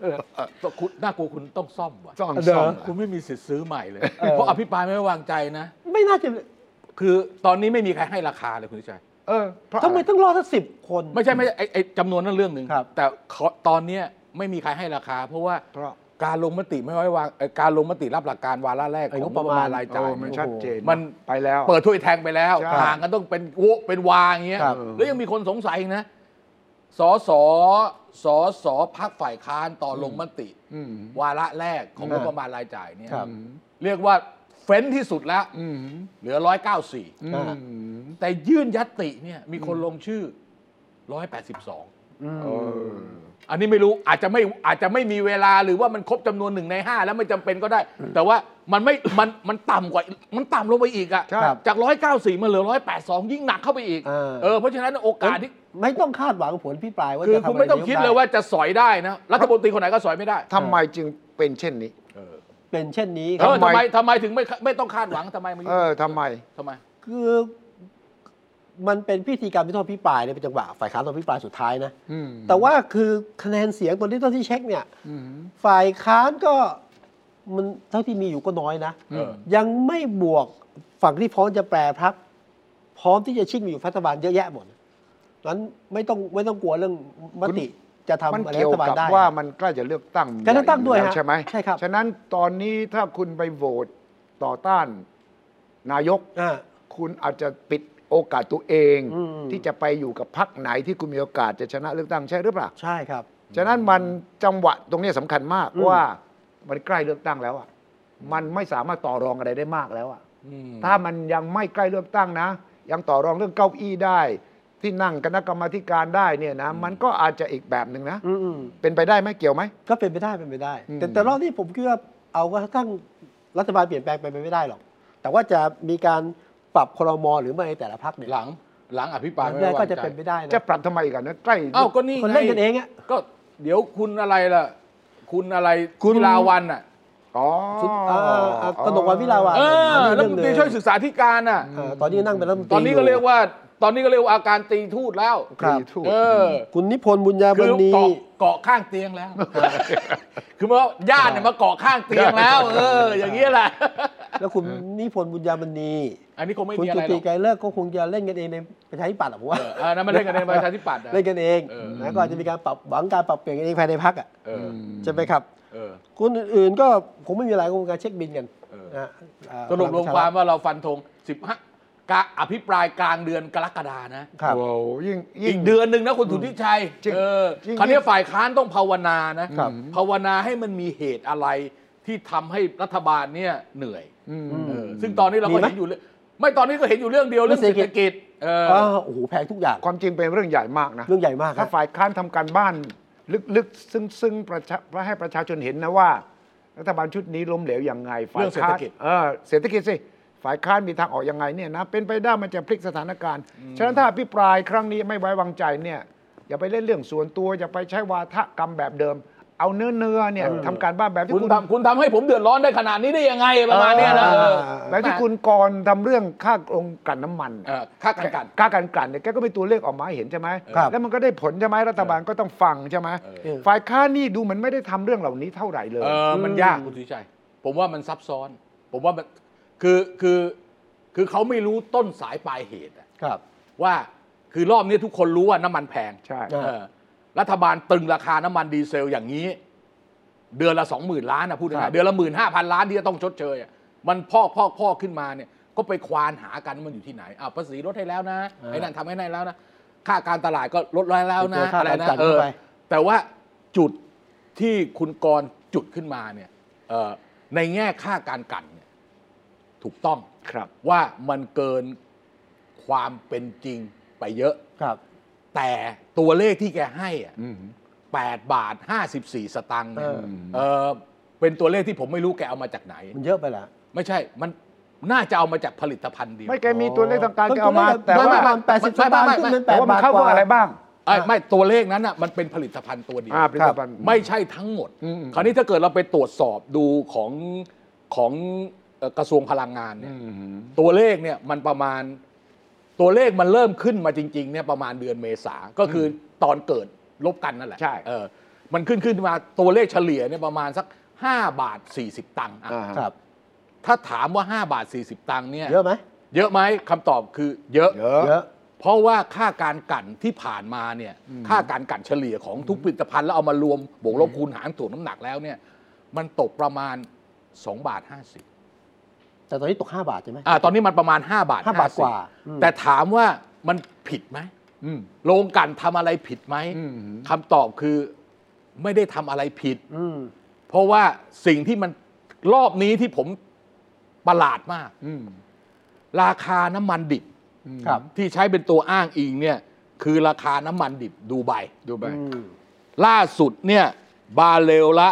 B: ก็คุณน่ากลัวคุณต้องซ่อมว่ะ
C: สอง
A: เดี๋ยว
C: สอง
B: คุณไม่มีสิทธิ์ซื้อใหม่เลย
A: เออ
B: เพราะอภิปรายไม่ไว้วางใจนะ
A: ไม่น่าจะ
B: คือตอนนี้ไม่มีใครให้ราคาเลยคุณวิชัย
C: เออเพราะ
A: ทำไมต้องรอสักสิบคน
B: ไม่ใช่ไม่ใช่ไอ้ไอ้จำนวนนั่นเรื่องหนึ่ง
A: ครับ
B: แต่ขอตอนเนี้ยไม่มีใครให้ราคา เพราะว่า
C: เพราะ
B: การลงมติไม่ไว้วางเอ่อการลงมติรับหลักการวาระแรก
A: ไอ้
B: ของ
A: ง
B: ง
A: บบ ป
B: ประ ระ
A: มาณ
B: มาณรายจ่าย
C: โอ้มันชัดเจน
B: มัน
C: ไปแล้ว
B: เปิดถ้วยแทงไปแล้ว
C: ใช่
B: ห่างกันต้องเป็นโวะเป็นวางอย่างเงี้ย
A: ครับ
B: แล้วยังมีคนสงสัยอีกนะสอสอสอสอพักฝ่ายค้านต่อลงมติ
C: อืม
B: วาระแรกของงบประมาณรายจ่ายเนี่ย
A: ครับ
B: เรียกว่าเฟ้นที่สุดแล้ว
C: อืม
B: เหลือร้อยเก้าสี่
C: อืม
B: แต่ยื่นยัตติเนี่ยมีคนลงชื่อร้อยแปดสิบสอง
A: อืม
C: เออ
B: อันนี้ไม่รู้อาจจะไม่อาจจะไม่มีเวลาหรือว่ามันครบจำนวนหนึ่งในห้าแล้วไม่จำเป็นก็ได้ แต่ว่ามันไม่มันมันต่ำกว่ามันต่ำลงไปอีกอะ
C: ใช่
A: ครับ
B: จากร้อยเก้าสี่มาเหลือร้อยแปดสองยิ่งหนักเข้าไปอีก
A: เออ
B: เออเพราะฉะนั้นโอกาสที่
A: ไม่ต้องคาดหวังผลพิปรายว่า
B: คือ
A: จะทำ
B: คุณ
A: อะไร
B: ไม่ต้องคิดเลยว่าจะสอยได้นะรัฐมนตรีคนไหนก็สอยไม่ได้
C: ทำไมจึงเป็นเช่นนี้
A: เป็นเช่นนี้ค
B: เอ
A: รับ
B: อทำไมทำไมถึงไม่ไม่ต้องคาดหวังทำไมมัน
C: เออทำไม
B: ทำไม
A: คือมันเป็นพิธีการพิทพิปรายในยเป็นจังหวะฝ่ายค้านตอนพิปรายสุดท้ายนะ
C: อืม
A: แต่ว่าคือคะแนนเสียงตัวนี้เท่าที่เช็คเนี่ย
C: อืม
A: ฝ่ายค้านก็มันเท่าที่มีอยู่ก็น้อยนะ
B: เออ
A: ยังไม่บวกฝั่งที่พร้อมจะแปรพัก พร้อมที่จะชิงมาอยู่รัฐบาลเยอะแยะหมดนั้นไม่ต้องไม่ต้องกลัวเรื่องมติ
C: คุณ
A: จะทำ
C: มัน
A: อะไร
C: เกี่ย
A: รั
C: ว
A: ฐบาล
C: กับ
A: ได้
C: ว่ามันใกล้จะเลือกตั้ง
A: การเลือกตั้งด้วย
C: แล้
A: ฮะ
C: ใช่ไหม
A: ใช่ครับ
C: ฉะนั้นตอนนี้ถ้าคุณไปโหวตต่อต้านนายก
A: อ่า
C: คุณอาจจะปิดโอกาสตัวเอง
A: อืม
C: ที่จะไปอยู่กับพรรคไหนที่คุณมีโอกาสจะชนะเลือกตั้งใช่หรือเปล่า
A: ใช่ครับ
C: ฉะนั้นมันจังหวะตรงเนี้ยสำคัญมาก
A: อืม
C: ว่ามันใกล้เลือกตั้งแล้วอ่ะมันไม่สามารถต่อรองอะไรได้มากแล้วอ่ะ
B: อืม
C: ถ้ามันยังไม่ใกล้เลือกตั้งนะ ยังต่อรองเรื่องเก้าอี้ได้ ที่นั่งคณะกรรมาธิการได้เนี่ยนะ มันก็อาจจะอีกแบบหนึ่งนะ
A: อืมอืม
C: เป็นไปได้ไหมเกี่ยวไหม
A: ก็เป็นไปได้เป็นไปได้
C: อืม
A: แต่แต่รอบนี้ผมคิดว่าเอากระทั่งรัฐบาลเปลี่ยนแปลงไปไม่ได้หรอก แต่ว่าจะมีการปรับครมหรือไม่ในแต่ละพักเนี่ย
B: หลังหลังอภิปรายไม่
A: ได้
B: ไว้วาง
A: ก็
B: ใจ
A: จะเป็นไปได้นะ
C: จะปรับทำไมอีกันนะใกล้
B: เอ้าก็นี่
A: คนเล่นกัน
B: ไง
A: เองอ่ะ
B: ก็เดี๋ยวคุณอะไรล่ะ คุณอะไร
A: คุณ
B: วิลาวันอ่ะ
C: อ๋อ
A: สุดเอ่อเอ่อกนกวันวิลาวา
B: เออ
A: นี่
B: รัฐ
A: เรื่
B: ม
A: ง
B: น
A: ห
B: ตรี
A: ง
B: ช่วยศึกษาธิการน่ะ
A: เอ่อตอนนี้นั่งเป็นรัฐมนตรี
B: ตอนนี้ก็เรียกว่า ตอนนี้ก็เรียกว่าอาการตีทูตแล้ว
C: ครีทูต
B: เออ
A: คุณนิพนธ์บุญญาบ
B: คือ
A: ณี
B: เกาะเกาะข้างเตียง แล้ว คือว่าญาติเนี่ยมาเกาะข้างเตียงแล้ว เออ อย่างนี้ยแหละ
A: แล้วคุณนิพนธ์บุญญาบณี
B: อันนี้คงไม่
A: คุณ
B: มีอะ
A: จุ
B: ไรหร
A: ติ
B: อก
A: ไกรเลิกษ์ก็คงจะเล่นกันเองในประชาธิปัตย์หรอผม
B: เอ
A: ว่า
B: ออันนั้นไม่เล่นกันในประชาธิปัตย์นะ
A: เล่นกันเอง
B: เออ
A: นะก็อาจจะมีการปรับหวังการปรับเปลี่ยนกันเองภายในพักอ่ะ
B: เออ
A: ใช่ไหมครับ
B: เออ
A: คนอื่นๆก็คงไม่มีอะไรคงเป็นการเช็คบินกัน
B: เออ
A: นะเอ่อ
B: สรุปรวมความว่าเราฟันธง15กะอภิปรายกลางเดือนกรกฎานะ
A: ครับ
C: โอ้โหยิ่ง
B: อี
C: ยิ่ง
B: กเดือนหนึ่งนะคุณสุทธิชัย
C: จริง
B: เออ
C: จริง
B: คราวนี้ฝ่ายค้านต้องภาวนานะครับ ภาวนาให้มันมีเหตุอะไรที่ทำให้รัฐบาลเนี่ยเหนื่อย
C: อืม
B: เออซึ่งตอนนี้เราก็
A: มีไหม
B: เห็นอยู่เรื่องไม่ตอนนี้ก็เห็นอยู่เรื่องเดียวเรื่อง
A: เรื่
B: เศร
A: อง
B: ษ
A: เศรษ
B: ฐ
A: ฐกิ
B: กิจ
A: จ
B: เออ
A: อ้าวโอ้โหแพงทุกอย่าง
C: ความจริงเป็นเรื่องใหญ่มากนะ
A: เรื่องใหญ่มากค
C: ถ้า
A: รับ
C: ฝ่ายค้านทำการบ้านลึกๆ ซึ่งๆประชาให้ประชาชนเห็นนะว่า รัฐบาลชุดนี้ล้มเหลวอย่างไงฝ่ายค้านเออเศรษฐกิจสิฝ่ายค้านมีทางออกยังไงเนี่ยนะเป็นไปได้มันจะพลิกสถานการณ์ ฉะนั้นถ้าอภิปรายครั้งนี้ไม่ไว้วางใจเนี่ยอย่าไปเล่นเรื่องส่วนตัว อย่าไปใช้วาทกรรมแบบเดิม เอาเนื้อเนื้อๆเนี่ยทำการบ้านแบบที่
B: คุณ
C: คุณ
B: ทำคุณทำให้ผมเดือดร้อนได้ขนาดนี้ได้ยังไงประมาณเนี้ยนะเออ
C: แบบที่คุณกรณ์ทำเรื่องค่าองค์กลันน้ำมัน
B: เออค่ากันกัน
C: ค่าการกลั่นเนี่ยแกก็มีตัวเลขออกมาให้เห็นใช่ไหม
A: ครับ
C: แล้วมันก็ได้ผลใช่ไหมรัฐบาลก็ต้องฟังใช่ไหม
B: เออ
C: ฝ่ายค้านนี่ดูเหมือนไม่ได้ทำเรื่องเหล่านี้เท่าไหร่เลย
B: เออมันยากคุณสุทธิชัย ผมว่ามันซับซ้อน ผมว่ามันคือคือคือเขาไม่รู้ต้นสายปลายเหตุอะ
A: ครับ
B: ว่าคือรอบนี้ทุกคนรู้ว่าน้ำมันแพง
C: ใช่
A: เออ
B: เออรัฐบาลตรึงราคาน้ำมันดีเซลอย่างนี้ เดือนละสองหมื่นล้านนะพูด
C: ครั
B: ง่ายๆ
C: บ
B: เดือนละหมื่นห้าพันล้านที่จะต้องชดเชยอะมันพอกพอกพอกขึ้นมาเนี่ยก็ไปควานหากันว่ามันอยู่ที่ไหนอ้าวภาษีลดให้แล้วนะ
A: อ่า
B: ไอ้นั่นทำให้ได้แล้วนะค่าการตลาดก็ลดร้อยแล้วนะ
A: ไปเจอค่า
B: อะไร
A: กา
B: นะ
A: รจัด
B: เออ
A: เข้าไป
B: แต่ว่าจุดที่คุณกรณ์จุดขึ้นมาเนี่ยเอ่อในแง่ค่าการกลันเนี่ยถูกต้อง
C: ครับ
B: ว่ามันเกินความเป็นจริงไปเยอะ
A: ครับ
B: แต่ตัวเลขที่แกให้อะ 8 บาท 54 สตังค์เนี่
A: เอ
B: ย
A: อ
B: เออเป็นตัวเลขที่ผมไม่รู้แกเอามาจากไหน
A: มันเยอะไปละ
B: ไม่ใช่มันน่าจะเอามาจากผลิตภัณฑ์เดียว
C: ไม่แกมีตัวเลขทางการแกเอามา
A: ต้นทุน
C: แต่ว่า
A: ไม่ไม่ 80สตางค์ขึ้นเป็น
C: แต่ว่า
A: แปดบา
C: มัน
A: ท
C: เข้าพวกอะไรบ้าง
B: เอ้ยไม่ตัวเลขนั้นอ่ะมันเป็นผลิตภัณฑ์ตัวเดียว
C: อ่าเป็น
A: ครั
C: แบบ บนั้น
B: ไม่ใช่ทั้งหมด
C: อืมอืม
B: คราวนี้ถ้าเกิดเราไปตรวจสอบดูของของเอ่อกระทรวงพลังงานเนี่ย
C: อืม
B: ตัวเลขเนี่ยมันประมาณตัวเลขมันเริ่มขึ้นมาจริงๆเนี่ยประมาณเดือนเมษาก็คือตอนเกิดลบกันนั่นแหละ
C: ใช่
B: เออมันขึ้นขึ้นมาตัวเลขเฉลี่ยเนี่ยประมาณสัก 5 บาท 40 ตังค์อะ
C: อ่าฮะ
A: ครับ
B: ถ้าถามว่า 5 บาท 40 ตังค์เนี่ย
A: เยอะไหม
B: เยอะไหมคำตอบคือเยอะ
C: เยอะ
A: เยอะ
B: เพราะว่าค่าการกลันที่ผ่านมาเนี่ยค่าการกลันเฉลี่ยของทุกผลิตภัณฑ์แล้วเอามารวมบวกลบคูณหารถ่วงน้ำหนักแล้วเนี่ยมันตกประมาณ2บาท50
A: แต่ตอนนี้ตก 5 บาทใช่ไหม
B: อ่าตอนนี้มันประมาณ 5 บาท
A: ห้าบาท
B: 50
A: กว่าอืม
B: แต่ถามว่ามันผิดไหม
C: อืม
B: โรงกลันทำอะไรผิดไหม
C: อืม
B: คำตอบคือไม่ได้ทำอะไรผิด
A: อืม
B: เพราะว่าสิ่งที่มันรอบนี้ที่ผมประหลาดมาก
C: อืม
B: ราคาน้ำมันดิบ
C: อืม
A: ครับ
B: ที่ใช้เป็นตัวอ้างอิงเนี่ย คือราคาน้ำมันดิบดูไบ
C: ดูไป
A: อืม
B: ล่าสุดเนี่ยบาร์เรลละ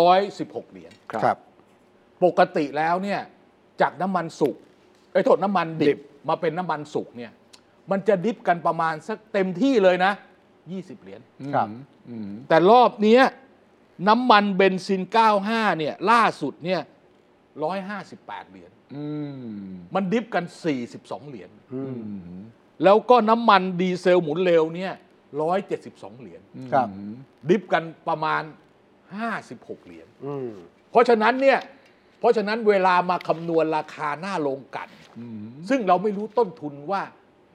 B: 116 เหรียญ
C: ครับ
A: ครับ
B: ปกติแล้วเนี่ยจากน้ำมันสุกไอ้ยโทษน้ำมันดิ
C: ดิ
B: บบ มาเป็นน้ำมันสุกเนี่ยมันจะดิบกันประมาณสักเต็มที่เลยนะ 20 เหรียญ
A: ครับ
C: อืม
B: แต่รอบเนี้ยน้ำมันเบนซิน 95 เนี่ยล่าสุดเนี่ย158 เหรียญ
C: อืม
B: มันดิฟกัน 42 เหรียญ
A: อืม
B: แล้วก็น้ำมันดีเซลหมุนเร็วเนี่ย172 เหรียญ
A: ครับ
B: ดิฟกันประมาณ 56 เหรียญ
A: อืม
B: เพราะฉะนั้นเนี่ย เพราะฉะนั้นเวลามาคำนวณราคาหน้าโรงกลัน
C: อืม
B: ซึ่งเราไม่รู้ต้นทุนว่า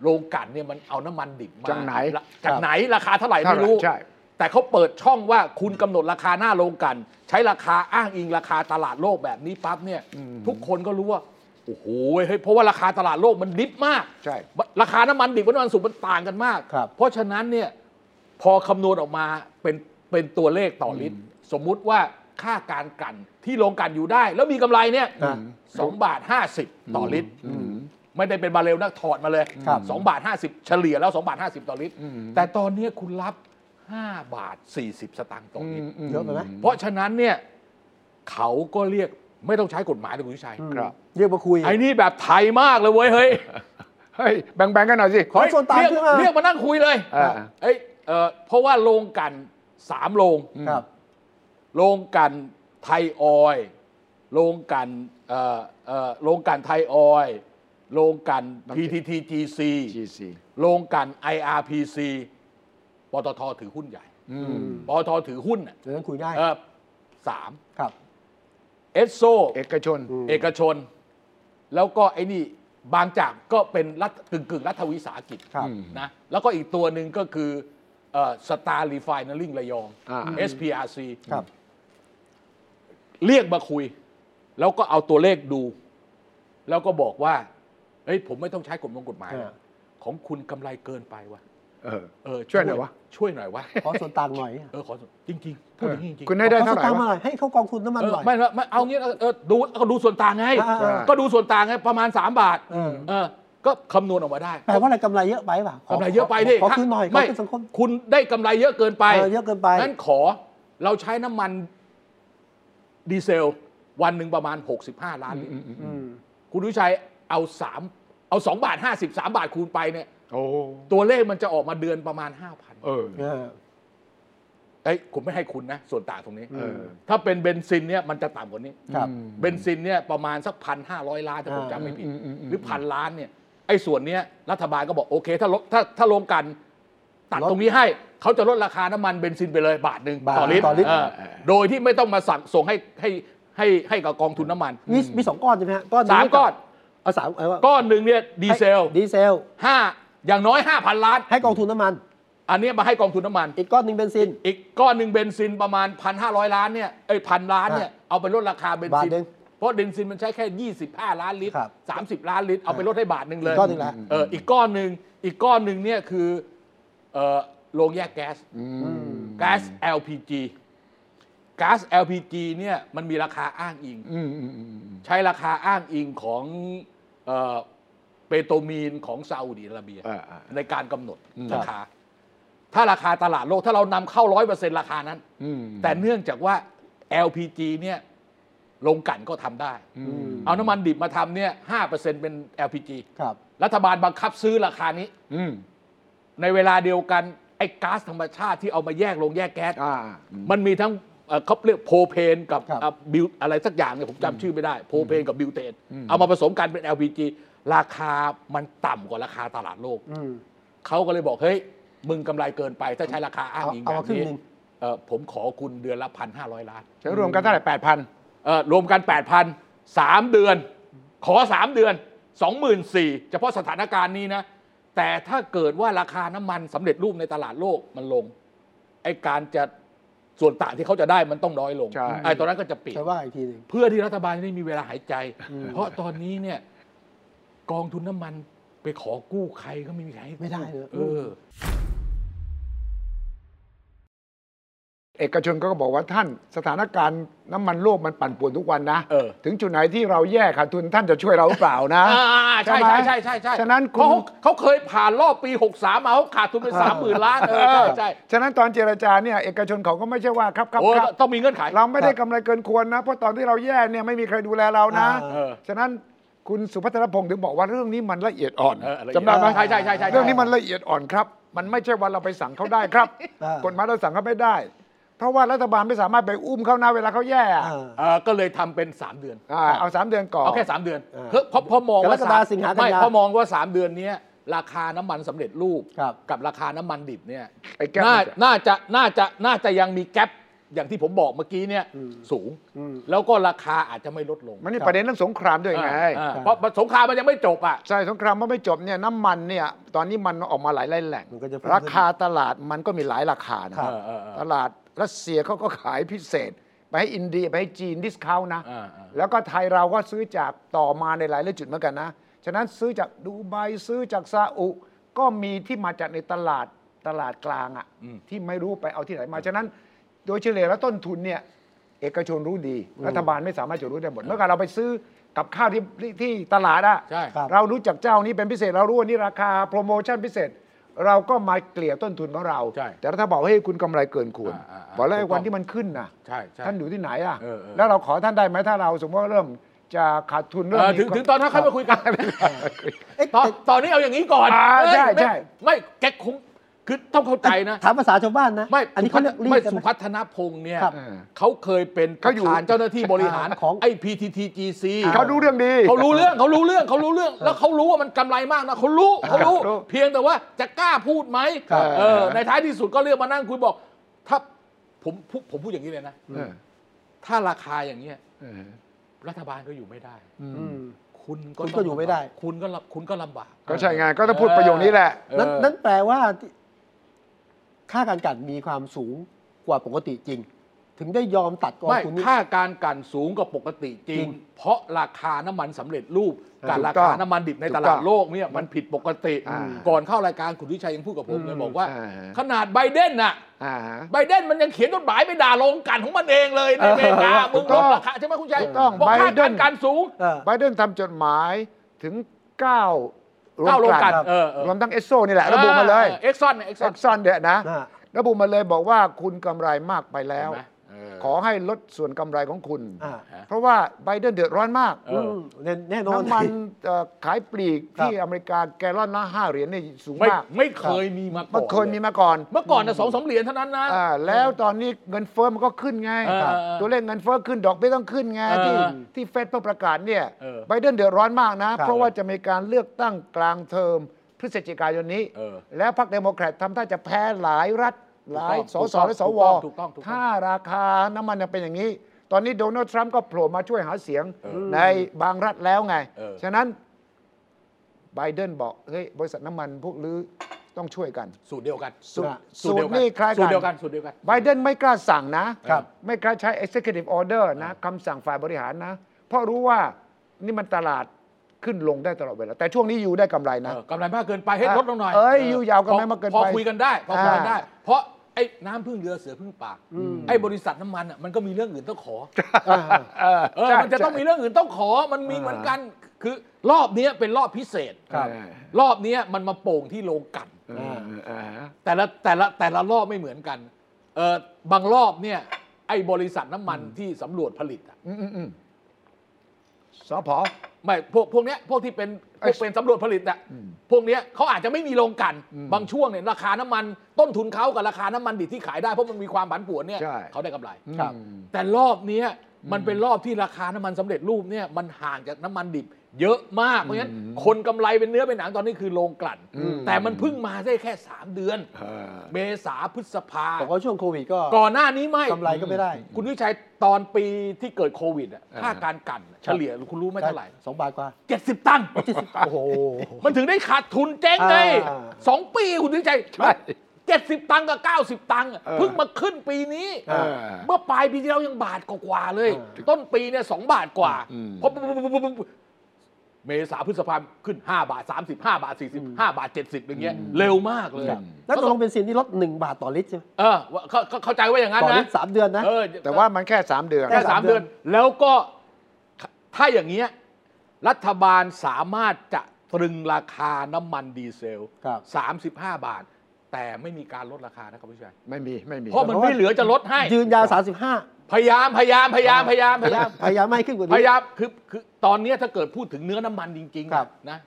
B: โรงกลันเนี่ยมันเอาน้ำมันดิบมา
C: จากไหน
B: ละจากไหนราคาเท่าไหร่
C: เท่า
B: ไม่
C: ไหร่
B: รู้
C: ใช่
B: แต่เขาเปิดช่องว่าคุณกำหนดราคาหน้าโรงกลัน ใช้ราคาอ้างอิงราคาตลาดโลกแบบนี้ปั๊บเนี่ย
C: อืม
B: ทุกคนก็รู้ว่าโอ้โหเฮ้ยเพราะว่าราคาตลาดโลกมันดิบมาก
C: ใช่
B: ราคาน้ำมันดิบกับน้ำมันสูบมันต่างกันมาก
A: ครับ
B: เพราะฉะนั้นเนี่ยพอคำนวณออกมาเป็นเป็นตัวเลขต่อลิตร สมมุติว่าค่าการกลันที่โรงกลันอยู่ได้ แล้วมีกำไรเนี่ย
A: อ่า
B: สองบาทห้าสิบต่อลิตร
C: อืม
B: ไม่ได้เป็นบาร์เรลนะถอดมาเลย
A: ครับ
B: สองบาทห้าสิบเฉลี่ยแล้วสองบาทห้าสิบต่อลิตร
C: อืม
B: แต่ตอนเนี้ยคุณรับห้าบาทสี่สิบสตางค์ต่อลิตร
A: เยอะไปไหม
B: เพราะฉะนั้นเนี่ยเขาก็เรียกไม่ต้องใช้กฎหมายเลยคุณวิชัย
C: ครับ
A: เรียกมาคุย
B: ไอ้นี่แบบไทยมากเลยเว้ยเฮ้ย
C: เฮ้ยแบ่งๆกันหน่อยสิ
A: ขอส่วนต่าง
B: เรียก
A: ขึ้นมา
B: เรียกมานั่งคุยเลย
C: อ่า
B: เอ้ยเอ่อเพราะว่าโรงกลันสามโรง
A: ครับ
B: โรงกลันไทยออยล์โรงกลันเอ่อเอ่อโรงกลันไทยออยล์โรงกลัน PTTGC
C: GC
B: โรงกลัน IRPC ปตทถือหุ้นใหญ่
C: อื
A: อื
C: ม
A: ม
B: ปตทถือหุ้นน่ะ
A: เดี๋ยวนั้นคุยได้
B: เอ่อสาม
A: ครับ
B: เอสโซ
C: เอกชน
B: เอกชน แล้วก็ไอ้นี่บางจากก็เป็นรัฐกึ่งกึ่งๆรัฐวิสาหกิจ
A: ครับ
B: นะแล้วก็อีกตัวหนึ่งก็คือสตาร์รีไฟน n ลิงระยอง
C: อ่า
B: SPRC
A: ครับ
B: เรียกมาคุย แล้วก็เอาตัวเลขดู แล้วก็บอกว่าเฮ้ยผมไม่ต้องใช้กฎมงกฎหมาย
A: เออ
B: นะของคุณกำไรเกินไปว่ะ
C: เออ
B: เออ
C: ช่วยหน่อยวะ
B: ช่วยหน่อยวะ
A: ขอส่วนต่างหน่อย
B: เออขอจริงๆพูดอย่างนี้จริงๆ
C: คุณให้ได้
A: ขอ
C: เท่า
A: ส่วน
C: ไหร่
A: ต่างมาว
C: ะ
A: หน่อยให้เขากองทุนน้ำมัน
B: เออ
A: หน่อย
B: ไม่ไม่ไม่เอางี้เออเออดูก็ดูส่วนต่างไง
A: อ่า
C: ใช่
B: ก็ดูส่วนต่างไงประมาณ 3 บาท
A: เออ
B: เออก็คำนวณออกมาได้
A: แปลว่าอะไรกำไรเยอะไปเปล่ะ
B: กำไรเยอะไปดิ
A: ขอคืนหน่อยขอ
B: ไม่
A: คืนสังคม
B: คุณได้กำไรเยอะเกินไป
A: เออเยอะเกินไป
B: งั้นขอเราใช้น้ำมันดีเซล วันหนึ่งประมาณ 65 ล้านลิตร
A: อืม
B: คุณวิชัยเอาสามเอา2บาท50 3 บาทคูณไปเนี่ย
C: โอ้
B: ตัวเลขมันจะออกมาเดือนประมาณ 5,000
C: เออ
A: เออ
B: เอ้ยผมไม่ให้คุณนะ ส่วนต่างตรงนี้
C: เออ
B: ถ้าเป็นเบนซินเนี่ยมันจะต่ำกว่านี้
A: ครับ
B: เบนซินเนี่ยประมาณสักพันห้าร้อยล้านถ้าผมจำไม่ผิด
C: อืมอืมอืมอืม
B: หรือพันล้านเนี่ยไอ้ส่วนเนี้ยรัฐบาลก็บอกโอเค ถ้าลดถ้าถ้าลงกันตัด
A: ลด
B: ตรงนี้ให้ เขาจะลดราคาน้ำมันเบนซินไปเลยบาทหนึ่ง
A: บาท
B: ต่อลิตร
A: ต่อลิตร
B: เออโดยที่ไม่ต้องมาสั่งส่งให้ให้ให้ให้กับกองทุนน้ำมัน
A: มีมีสองก้อนใช่ไหมฮะก้อนหง
B: สามก้อน
A: เอาสามเอาว่า
B: ก้อนหนึ่งเนี่ยดีเซล
A: ให้ดีเซล
B: ห้าอย่างน้อยห้าพันล้าน
A: ให้กองทุนน้ำมัน
B: อันเนี้ยมาให้กองทุนน้ำมัน
A: อีกก้อนหนึ่งเบนซิน
B: อีกก้อนหนึ่งเบนซินประมาณ 1,500 ล้านเนี่ยเอ้ยพันล้านเนี่ยเอาไปลดราคาเบนซิน
A: บาทหนึ่ง
B: เพราะเบนซินมันใช้แค่ 25 ล้านลิตร
A: ครับ
B: 30 ล้านลิตร เอาไปลดให้บาทหนึ่งเลย
A: อีกก้อนหนึ่งละ
B: เอออีกก้อนหนึ่งอีกก้อนหนึ่งเนี่ยคือเอ่อโรงแยกแก๊สแก๊ส LPG แก๊ส LPG เนี่ยมันมีราคาอ้างอิง
C: อืมอืมอืมอืม
B: ใช้ราคาอ้างอิงของเอ่อเปโตรมีนของซาอุดิอาระเบีย
C: เออเออ
B: ในการกำหนด
C: อืม
B: ราคา ถ้าราคาตลาดโลก ถ้าเรานำเข้าร้อยเปอร์เซ็นราคานั้น
C: อืม
B: แต่เนื่องจากว่า LPG เนี่ยลงกลันก็ทำได้
C: อืม
B: เอาน้ำมันดิบมาทำเนี่ยห้าเปอร์เซ็นเป็น LPG
A: ครับ
B: รัฐบาลบังคับซื้อราคานี้
C: อืม
B: ในเวลาเดียวกัน ไอ้ก๊าซธรรมชาติที่เอามาแยกลงแยกแก๊ส
C: อ่า
B: มันมีทั้งเอ่อเขาเรียกโพเพนกับ
A: ครับ
B: อ่ะบิวอะไรสักอย่างเนี่ยผมจำชื่อไม่ได้ โพเพนกับบิวเตน
C: อืม
B: เอามาผสมกันเป็น LPG ราคามันต่ำกว่าราคาตลาดโลก
A: อืม
B: เขาก็เลยบอก เฮ้ย มึงกำไรเกินไป ถ้าใช้ราคาอ้าง
A: เอา
B: อิงแบ
A: เอามา
B: บ
A: ครึ่ง
B: นี้
A: หนึ่ง
B: เอ่อผมขอคุณเดือนละพันห้าร้อยล้าน
C: ใช้รวมกันเท่าไหร่แปดพัน
B: เอ่อรวมกัน 8 0 0พันสามเดือน ขอ 3 เดือน 24,000เฉพาะสถานการณ์นี้นะ แต่ถ้าเกิดว่าราคาน้ำมันสำเร็จรูปในตลาดโลกมันลง ไอ้การจะส่วนต่างที่เขาจะได้มันต้องน้อยลง
C: ใช่
B: ไอ้ตอนนั้นก็จะปิด
A: ใช่ว่าอีกทีหนึ่ง
B: เพื่อที่รัฐบาลจะได้มีเวลาหายใจ
A: อืม
B: เพราะตอนนี้เนี่ยกองทุนน้ำมันไปขอกู้ใครก็ไม่มีใครให้กู้
A: ไม่ได้เลย
B: เออ
C: เอกชนก็บอกว่าท่านสถานการณ์น้ำมันโลกมันปั่นป่วนทุกวันนะ
B: เออ
C: ถึงจุดไหนที่เราแย่ขาดทุนท่านจะช่วยเราหรือเปล่านะ
B: อ่าใช่
C: ใช่
B: ใช่
C: ไหม
B: ใช่ใช่ใช่
C: ฉะนั้นคุณ
B: เพราเขาเขาเคยผ่านรอบปี 63 มาเขาขาดทุนไปสามหมื่นล้านเออใช่ใช่
C: ฉะนั้นตอนเจรจาเนี่ยเอกชนเขาก็ไม่ใช่ว่าครับครับ
B: โอ้ย
C: ครับ
B: ต้องมีเงื่อนไข
C: เราไม่ได้กำไรเกินควรนะ เพราะตอนที่เราแย่เนี่ยไม่มีใครดูแลเรานะ
B: เออ
C: ฉะนั้นคุณสุพัฒนพงศ์ถึงบอกว่าเรื่องนี้มันละเอียดอ่อน
B: เออละเอีย
C: จำได้ไหม
B: ใช่ใช่ใช่ใช่
C: เรื่องนี้มันละเอียดอ่อนครับ มันไม่ใช่ว่าเราไปสั่งเขาได้ครับ
A: เออ
C: กฎหมายเราสั่งเขาไม่ได้ เพราะว่ารัฐบาลไม่สามารถไปอุ้มเขานะเวลาเขาแย่อะ
A: อ่า
B: เออก็เลยทำเป็น 3 เดือน
C: อ่าเอาสามเดือนก่อน
B: เอาแค่ 3 เดือน
A: อ่า
B: เพราะเพราะเพราะมองว่าก
A: รกฎาสิงหากันยา
B: ไม่เพราะมองว่า 3 เดือนเนี้ยราคาน้ำมันสำเร็จรูป
A: ครับ
B: กับราคาน้ำมันดิบเนี่ย
C: ไอ้แก๊ป
B: น่า
C: มันจะ
B: น่าจะน่าจะน่าจะยังมีแก๊ปอย่างที่ผมบอกเมื่อกี้เนี่ย
A: อืม
B: สูง
A: อืม
B: แล้วก็ราคาอาจจะไม่ลดลง
C: มันมีประเด็นเรื่องสงครามด้วยไง
B: อ่าอ่าเพราะสงครามมันยังไม่จบอ่ะ
C: ใช่สงครามมันไม่จบเนี่ยน้ำมันเนี่ยตอนนี้มันออกมาหลายแหล่ง
A: มันก็จะเพิ่มขึ้น
C: ราคาตลาดมันก็มีหลายราคานะครับ
B: เออเออเออ
C: ตลาดรัสเซียเขาก็ขายพิเศษ ไปให้อินเดียไปให้จีนดิสคาวนะ
B: อ่าอ่า
C: แล้วก็ไทยเราก็ซื้อจากต่อมาในหลายๆจุดเหมือนกันนะ ฉะนั้นซื้อจากดูไบซื้อจากซาอุ ก็มีที่มาจากในตลาดตลาดกลางอะที่ไม่รู้ไปเอาที่ไหนมาฉะนั้น โดยเฉลี่ยแล้วต้นทุนเนี่ยเอกชนรู้ดี รัฐบาลไม่สามารถจะรู้ได้หมดเมื่อก่อนเราไปซื้อกับข้าวที่ที่ที่ตลาดอะ
B: ใช่
A: ครับ
C: เรารู้จักเจ้านี้เป็นพิเศษเรารู้ว่านี่ราคาโปรโมชั่นพิเศษ เราก็มาเกลี่ยต้นทุนของเรา
B: ใช่
C: แต่ถ้าบอกให้ยคุณกำไรเกินควร
B: อ่าอ่าอ่า
C: บอกแล้ว
B: ถู
C: ไอ้
B: กต้อง
C: วันที่มันขึ้นนะ
B: ใช่ใช่
C: ท่านอยู่ที่ไหนอ่ะ
B: เออเออ
C: แล้วเราขอท่านได้ไหมถ้าเราสมมติว่าเริ่มจะขาดทุนเริ่ม
B: เออ
C: มี
B: ถึงถึงตอนนั้นค่อยมาคุยกัน
A: เอ๊ะ
B: ตอน
A: แต่
B: ตอนนี้เอาอย่างนี้ก่อน
C: อ่า
B: เอ้ย
C: ใช่ใช่
B: ไม่แกคงคือต้องเข้าใจนะ
A: ถามภาษาชาวบ้านนะ
B: ไม่
A: อันนี้เขาเรียกรี
B: ไม่
A: ดกัน
B: สุ
A: ไหม
B: พัฒนพงษ์เนี่ย
A: ครับ
C: เออ
B: เขาเคยเป็น
C: เขาอยู่
B: ประธนเจ้าหน้าที่บริหาร
A: ของ
B: ไอ้ PTTGC
C: เขารู้เรื่องดี
B: เขารู้เรื่องเขารู้เรื่องเขารู้เรื่อง แล้วเขารู้ว่ามันกำไรมากนะเขารู้เขารู้
C: รู้
B: เพียงแต่ว่าจะกล้าพูดไหม
C: ครับ
B: เออในท้ายที่สุดก็เรียกมานั่งคุยบอก ถ้าผมผมผมพูดอย่างนี้เลยนะ
C: เออ
B: ถ้าราคาอย่างเนี้ย
C: เออ
B: รัฐบาลก็อยู่ไม่ได้
A: อืม
B: คุณก็
A: คุณก็
B: ต้ง
A: อยู่ไม่ได้
B: คุณก็ลำคุณก็ลำบาก
C: ก็ใช่ไงก็ต้องพูดประโยคนี้แหละ
A: นั่นนั่นแปลว่าที่ค่าการกลันมีความสูงกว่าปกติจริง ถึงได้ยอมตัดกอง
B: ไม่
A: ทุนนี้
B: ค่าการกลันสูงกว่าปกติจริ
A: จริ
B: ง
A: ง
B: เพราะราคาน้ำมันสำเร็จรูปกับ
C: ถูก
B: รา
C: ต้อง
B: คาน้ำมันดิบใน
C: ถู
B: ต
C: กต้
B: ลา
C: อ
B: ด
C: ง
B: โลกเนี่ยมันผิดปกติ
C: อ่า
B: ก่อนเข้ารายการคุณวิชัยยังพูดกับผมเลยบอกว่า
C: อ่าฮะ
B: ขนาดไบเดนน่ะ
C: อ่าฮะ
B: ไบเดนมันยังเขียนจดหมายไปด่าโรงกลันของมันเองเลยในอเมริกา
C: ถู
B: มึง
C: ก
B: ล
C: ต้
B: ด
C: อง
B: ราคาใช่ไหมคุณชัย
C: ถูกต้อง
B: บอกค่า
C: ไบเด
B: กาน รกลันสูง
A: เออ
C: ไบเดนทำจดหมายถึง9
B: เก้าโรงกลั่น
C: โร
B: เออเออ
C: รวมทั้งเอสโซนี่แหละระบุมาเลย
B: เอ็กซอนเอ็กซ
C: เอ็
B: อน
C: กซอนเนี่ยนะ
A: อ่า
C: ระบุมาเลยบอกว่าคุณกำไรมากไปแล้ว
B: เห็นไหมเออ
C: ขอให้ลดส่วนกำไรของคุณ
A: อ่า
C: เพราะว่าไบเดนเดือดร้อนมาก
B: เออ
A: มแน่นอน
C: น้ำมันเอ่อขายปลีก
A: ครับ
C: ที่อเมริกาแกลลอนละห้าเหรียญนี่สูง
B: ไม่
C: มาก
B: ไม่เคยมีมาก่
C: มั
B: อน น
C: เคยมี
B: เลย
C: มาก่อน
B: เมื่อก่อนนะสองสามเหรียญเท่านั้นนะ
C: อ่าแล้วตอนนี้เงินเฟ้อมันก็ขึ้นไง
B: เออ
C: ครับ
B: เออ
C: ตัวเลขเงินเฟ้อขึ้นดอกเบี้ยต้องขึ้นไง
B: เออ
C: ที่
B: เออ
C: ที่เฟดเพิ่งประกาศเนี่ย
B: เออ
C: ไบเดนเดือดร้อนมากนะ
A: ครับ
C: เพราะว่าจะมีการเลือกตั้งกลางเทอมพฤศจิกายนนี้
B: เออ
C: แล้วพรรคเดโมแครตทำท่าจะแพ้หลายรัฐหลาย
B: ถูก
C: สส
B: ต้อง
C: และส
B: ถูก
C: ว
B: ต้องถูกต้องถูกต้อง
C: ถ้า ถ้าราคาน้ำมันยังเป็นอย่างนี้ ตอนนี้โดนัลด์ทรัมป์ก็โผล่มาช่วยหาเสียง
B: เออ
C: ในบางรัฐแล้วไง
B: เออ
C: ฉะนั้นไบเดนบอก เฮ้ย บริษัทน้ำมันพวกลือต้องช่วยกัน
B: สูตรเดียวกัน
C: สูตร
B: สูตรเดียวกั
C: สูตรนี่คล้ายกัน
B: สูตรเดียวกันสูตรเดียวกัน
C: ไบเดนไม่กล้าสั่งนะครับ ไม่กล้าใช้ executive order นะคำสั่งฝ่ายบริหารนะ เพราะรู้ว่านี่มันตลาดขึ้นลงได้ตลอดเวลา แต่ช่วงนี้อยู่ได้กำไรนะ
B: เออกำไรมากเกินไปให้
C: อ่ะ
B: ลดลงหน่อย
C: เอ้ยอยู่ยาวกำไรมากเกินไป
B: พอพอคุยกันได้พอคุยกัน
C: อ่า
B: ได้ เพราะไอ้น้ำพึ่งเรือเสือพึ่งป่าไอ้บริษัทน้ำมันอ่ะมันก็มีเรื่องอื่นต้องขอ
C: เออ
B: เออ
C: ใช่
B: มันจะต้องมี
C: ใช่
B: เรื่องอื่นต้องขอมันมีเหมือนกัน คือรอบเนี้ยเป็นรอบพิเศษ
C: ครับ
B: รอบเนี้ยมันมาโป่งที่โรงกลัน
C: เออเออเออ
B: แต่ละแต่ละแต่ละรอบไม่เหมือนกันเออบางรอบเนี่ยไอ้บริษัทน้ำมันที่สำรวจผลิตอ่ะ
C: อืมอืมอืมสพ
B: ไม่พวกพวกเนี้ยพวกที่เป็นพวกเป็นสำรวจผลิตอ่ะพวกเนี้ยเขาอาจจะไม่มีโรงกลัน บางช่วงเนี่ยราคาน้ำมัน ต้นทุนเขากับราคาน้ำมันดิบที่ขายได้เพราะมันมีความผันผวนเนี่ย
C: ใช่
B: เขาได้กำไร
A: ครับ
B: แต่รอบเนี้ยมันเป็นรอบที่ราคาน้ำมันสำเร็จรูปเนี่ยมันห่างจากน้ำมันดิบ เยอะมาก เพราะฉะนั้นคนกำไรเป็นเนื้อเป็นหนังตอนนี้คือโรงกลั่น แต่มันเพิ่งมาได้แค่ 3 เดือน
C: เออ
B: เมษาพฤษภา
A: บอกว่าช่วงโควิดก็
B: ก่อนหน้านี้ไม่
A: กำไรก็ไม่ได้
B: คุณวิชัยตอนปีที่เกิดโควิดอะค่าการกลันอะเฉลี่ยคุณรู้ไหมเท่าไหร่
A: สองบาทกว่า
B: 70 ตัน
A: โอ้โห
B: มันถึงได้ขาดทุนเจ๊งไง
A: อ่า
B: สองปีคุณวิชัย
C: ใช่
B: เจ็ดสิบตังค์กับเก้าสิบ90 ตังค์อะ
C: เออ
B: เพิ่งมาขึ้นปีนี้
C: เออ
B: เมื่อปลายปีที่แล้วยังบาทกว่าๆเลย
A: อ่า
B: ต้นปีเนี่ยสองบาทกว่า
C: อืม
B: เพราะปุ๊บปุ๊บปุ๊บปุ๊บ เมษาพฤษภาคมขึ้น 5 บาท 35 บาท 45 บาท 70อย่างเงี้ยเร็วมากเลยอะ
A: แล้วตกลงเบนซินนี่ลด 1 บาทต่อลิตรใช่ไหม
B: เออว่าเขาเขาเข้าใจว่าอย่างนั้น
A: ต่อลิ
B: นะ
A: ตรสามเดือนนะ
B: เออ
C: แต่ว่ามันแค่สามเดือน
A: ค่
B: แค่สามเดือนแล้วก็ถ้าอย่างเงี้ยรัฐบาลสามารถจะตรึงราคาน้ำมันดีเซล
A: ครับ
B: 35 บาท แต่ไม่มีการลดราคานะครับพี่ชัย
C: ไม่มีไม่มี
B: เพราะมันไม่เหลือจะลดให้
A: ยืนยาว
B: พยายามพยายามพยายามพยายามพยายาม
A: 35 พยายามไม่ให้ขึ้นกว่า
B: พ
A: นี้
B: ยายามคือคือตอนเนี้ยถ้าเกิดพูดถึงเนื้อน้ำมันจริงๆ
A: ครับ
B: นะ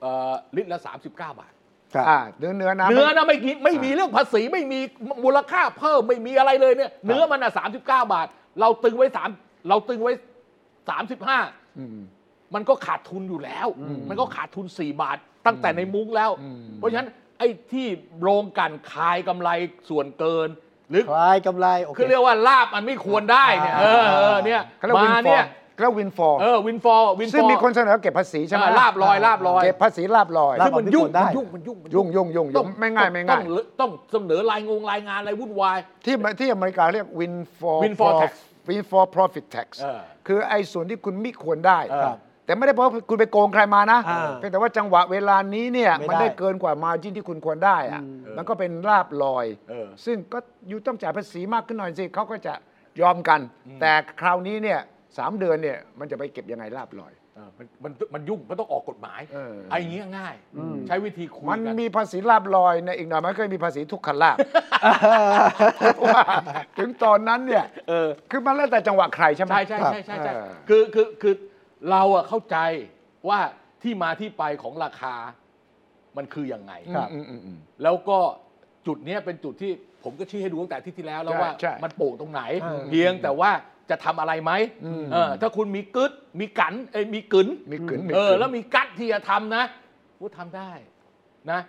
B: เอ่อลิตรละ 39 บาท
A: ครับ
C: อ่าเนื้อเนื้อนะ
B: เนื้อนะไม่กินไม่มีเรื่องภาษีไม่มีมูลค่าเพิ่มไม่มีอะไรเลยเนี่ยเนื้อมันอ่ะสามสิบเก้าบาท เราตึงไว้สามเราตึงไว้สามสิบห้า
C: อืม
B: มันก็ขาดทุนอยู่แล้ว มันก็ขาดทุนสี่บาท ตั้งแต่ในมุ้งแล้ว
C: อืม
B: เพราะฉะนั้นไอ้ที่โรงกลันคายกำไรส่วนเกิน หรือ
A: คลายกำไรโอเค
B: คือเรียกว่าลาบมันไม่ควรได้เนี่ยเออเออเนี่ย
C: เขาเรียก
B: มา
C: วินฟอ
B: เนี่
C: ร์
B: ย
C: มเขาเรียกวินฟอร์ม
B: เออวินฟอร์วินฟอร์
C: ซึ่งมีคนเสนอเก็บภาษีใช่ไหม
B: อ่าลาบลอยลาบลอย
C: เก็บภาษีลาบลอย
A: ลา
B: ซึ่
A: บ
B: งมันยุ่ง
A: ลอย
B: มัน
A: เป็นคนได้
B: ยุ่งมันยุ่งมัน
C: ยุ่งยุ่งยุ่งยุ่งไม่ง่ายไม่
B: ต้อ
C: ง่าย
B: งต้องเสนอรายงงรายงานอะไรวุ่นวาย
C: ที่มาที่อเมริกาเรียก win for
B: Windfall tax
C: win for profit tax
B: เออ
C: คือไอ้ส่วนที่คุณไม่ควรได้
B: ครับ
C: แต่ไม่ได้เพราะว่าคุณไปโกงใครมานะ
A: อ่า
C: เพียงแต่ว่าจังหวะเวลานี้เนี่ย
A: ไม่ได้
C: มันได้เกินกว่ามาจินที่คุณควรได้อะ
A: อืม
C: มันก็เป็นลาบลอย
B: เออ
C: ซึ่งก็อยู่ต้องจ่ายภาษีมากขึ้นหน่อยสิเขาก็จะยอมกัน แต่คราวนี้เนี่ยสามเดือนเนี่ยมันจะไปเก็บยังไงลาบลอย
B: เออมันมันมันยุ่งมันต้องออกกฎหมาย
C: เออ
B: ไอ้อย่างเงี้ยง่าย ใช้วิธีคุย
C: มัน
B: กัน
C: มีภาษีลาบลอยเนี่ยอีกหน่อยมันก็มีภาษีทุกขลา บเพราะว่าถึงตอนนั้นเนี่ย
B: เออ
C: คือมันแล้วแต่จังหวะใครใช่ไหม
B: ใช่ใช่ใช่ใช่ใช่
C: เออ
B: คือคือคือเราอะเข้าใจว่าที่มาที่ไปของราคามันคือยังไง
A: ครับ
C: อืมอืมอืม
B: แล้วก็จุดเนี้ยเป็นจุดที่ผมก็ชี้ให้ดูตั้งแต่อาที่ที่แล้วแล้ว
C: ใช่
B: ว่า
C: ใช่
B: มันโป่งตรงไหน
A: อืม
B: เพียงแต่ว่าจะทำอะไรไหม
C: อืม
B: เออถ้าคุณมีกึดมีกันเอ้ยมีกึน
C: มีกึ๋นมี
B: เออก
C: ึ๋น
B: แล้วมีกัดที่จะทำนะพูดทำได้นะ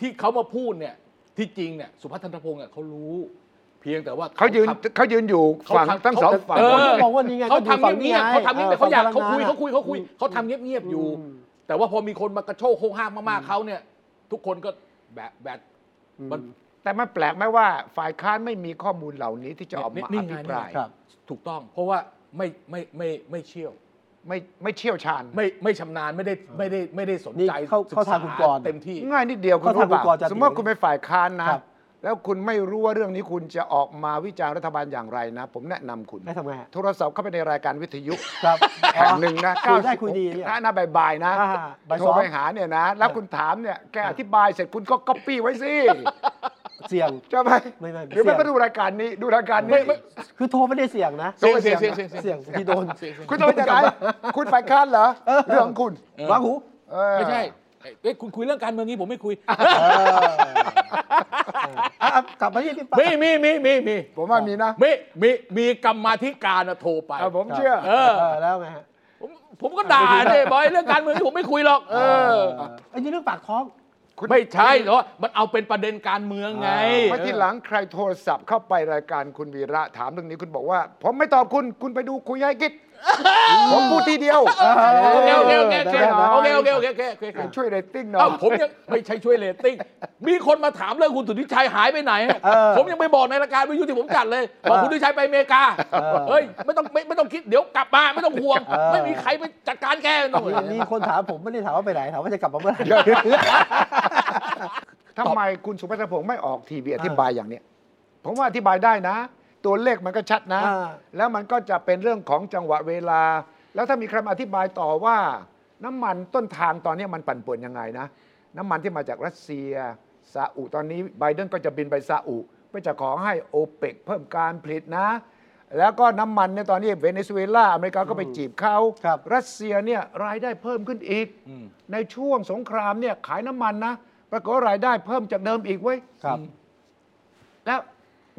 B: ที่เขามาพูดเนี่ย ที่จริงเนี่ยสุพัฒนพงศ์เนี่ยเขารู้ เพียงแต่ว่า
C: เขายืน
B: ทำ
C: เขายืนอยู่
B: เขา
C: ฝั่ง
B: ทำ
C: ทั้งสอง
B: เขา
C: ฝั่ง
B: เอ
A: คนก็มองว่านี่ไง
B: เขา
A: ก็อยู่ฝั่
B: ทำเงียบ
A: ไง
B: ๆเขาทำเงียบๆเขาอยาก
A: ฝั่ง
B: เขาคุย
A: พลังงน
B: เขาคุยเขาคุยเขาทำเงียบๆอยู่
A: อืม
B: แต่ว่าพอมีคนมากระโชกโค้งห้างมากๆเขาเนี่ย ทุกคนก็แบบแบบมัน
C: แต่มันแปลกไหมว่าฝ่ายค้านไม่มีข้อมูลเหล่านี้ที่จะออก
B: นี่
C: มา
B: นี่
C: อ
B: ไง
C: ภิปราย
B: นี่ไง ถูกต้อง เพราะว่าไม่ไม่ไม่ไม่เชี่ยว
C: ไม่ไม่เชี่ยวชาญ
B: ไม่ไม่ชำนาญไม่ได้ไม่ได้ไม่ได้สน
A: นี่
B: ใจ
A: เข้าเข้าทางคุณกรณ์
B: เต็มที่
C: ง่ายนิดเดียวคุณ
A: ก็ทาง
C: รู้
A: คุณก
C: ป่ะ
A: รจะ
C: สมมติว่าคุณเป็นฝ่ายค้านนะ
A: ครับ
C: แล้วคุณไม่รู้ว่าเรื่องนี้คุณจะออกมาวิจารณ์รัฐบาลอย่างไรนะ ผมแนะนำคุณ
A: ได้ทำไงฮะ
C: โทรศัพท์เข้าไปในรายการวิทยุ
A: ครับ
C: แห่งหนึ่งนะ
A: คุยได้คุยดี
C: 96
A: เนี่ย
C: นะหน้าบ่ายๆนะ
A: อ่าบ่ายส
C: โท
A: อง
C: รไปหาเนี่ยนะ แล้วคุณถามเนี่ยแกอธิบายเสร็จคุณก็ก๊อปปี้ไว้สิ
A: เสี่ยง
C: ใช่ไหม
A: ไม่ไม่
C: หรือไม่
A: เสี่ยง
C: ก็ดูรายการนี้ดูรายการ
B: ไม่
C: นี้
B: ไม่
A: คือโทรไม่ได้เสี่ยงนะ
B: เสียงเสียงเสียงเสียง
A: เสี่ยงที่โดน
B: เสียงเสียง
C: คุณจะไปจากไหน คุณฝ่ายค้านเหรอ เรื่องของคุณ
B: เออ
A: ว้า หู
C: เออ
B: ไม่ใช่เอ้ยเอ้ยคุณคุยเรื่องการเมืองนี้ผมไม่คุย
A: เอออ่ะกลับมาที่พี่ปา
B: มีมีมีมีมี
C: ผมว่ามีนะ
B: มีมีมีกรรมาธิการน่ะโทรไป
C: เออผมเชื่อ
B: เออ
A: เออแล้วไงฮะ
B: ผมผมก็ด่าเนี่ยบอยเรื่องการเมืองที่ผมไม่คุยหรอก เออ
A: ไอ้นี่เรื่องปากท้อง
C: คุณ
B: ไม่ใช่เหรอมันเอาเป็นประเด็นการเมืองไง
C: เมื่อที่หลังใครโทรศัพท์เข้าไปรายการคุณวีระถามเรื่องนี้คุณบอกว่า ผมไม่ตอบคุณ คุณไปดูคุยให้กิจผมพูดทีเดียว
B: เออโอเคโอเคโอเค
A: ได้ได้
B: โอเคโอเคโอเคโอเคโอเคโอเค
C: ช่วยเรตติ้งหน่อ
B: เอ้าย ผมยังไม่ใช่ช่วยเรตติ้ง มีคนมาถามเรื่องคุณสุทธิชัยหายไปไหน
A: เออ
B: ผมยังไปบอกในรายการวิทยุที่ผมจัดเลยบอกคุณสุทธิชัยไปอเมริกา
A: อ
B: เฮ้ยไม่ต้องไม่ไม่ต้องคิดเดี๋ยวกลับมาไม่ต้องห่วง ไม่มีใครไปจัดการแกหน่อย
A: มีมีคนถามผมไม่ได้ถามว่าไปไหนถามว่าจะกลับมาเมื่อไหร่
C: ทำไมคุณสุพัฒนพงศ์ไม่ออกทีวีอธิบายอย่างเนี้ยผมว่าอธิบายได้นะ ตัวเลขมันก็ชัดนะ
A: อ่า
C: แล้วมันก็จะเป็นเรื่องของจังหวะเวลา แล้วถ้ามีใครมาอธิบายต่อว่า น้ำมันต้นทางตอนเนี้ยมันปั่นป่วนยังไงนะ น้ำมันที่มาจากรัสเซียซาอุตอนนี้ไบเดนก็จะบินไปซาอุเพื่อจะขอให้โอเปกเพิ่มการผลิตนะ แล้วก็น้ำมันเนี่ยตอนนี้เวเนซุเอลาอเมริกาก็ไปจีบเขา
A: ครับ
C: สเซียเนี่ยรายได้เพิ่มขึ้นอีก
B: อืม
C: ในช่วงสงครามเนี่ยขายน้ำมันนะปรากฏว่ารายได้เพิ่มจากเดิมอีกเว้ย
A: ครับ
C: แล้ว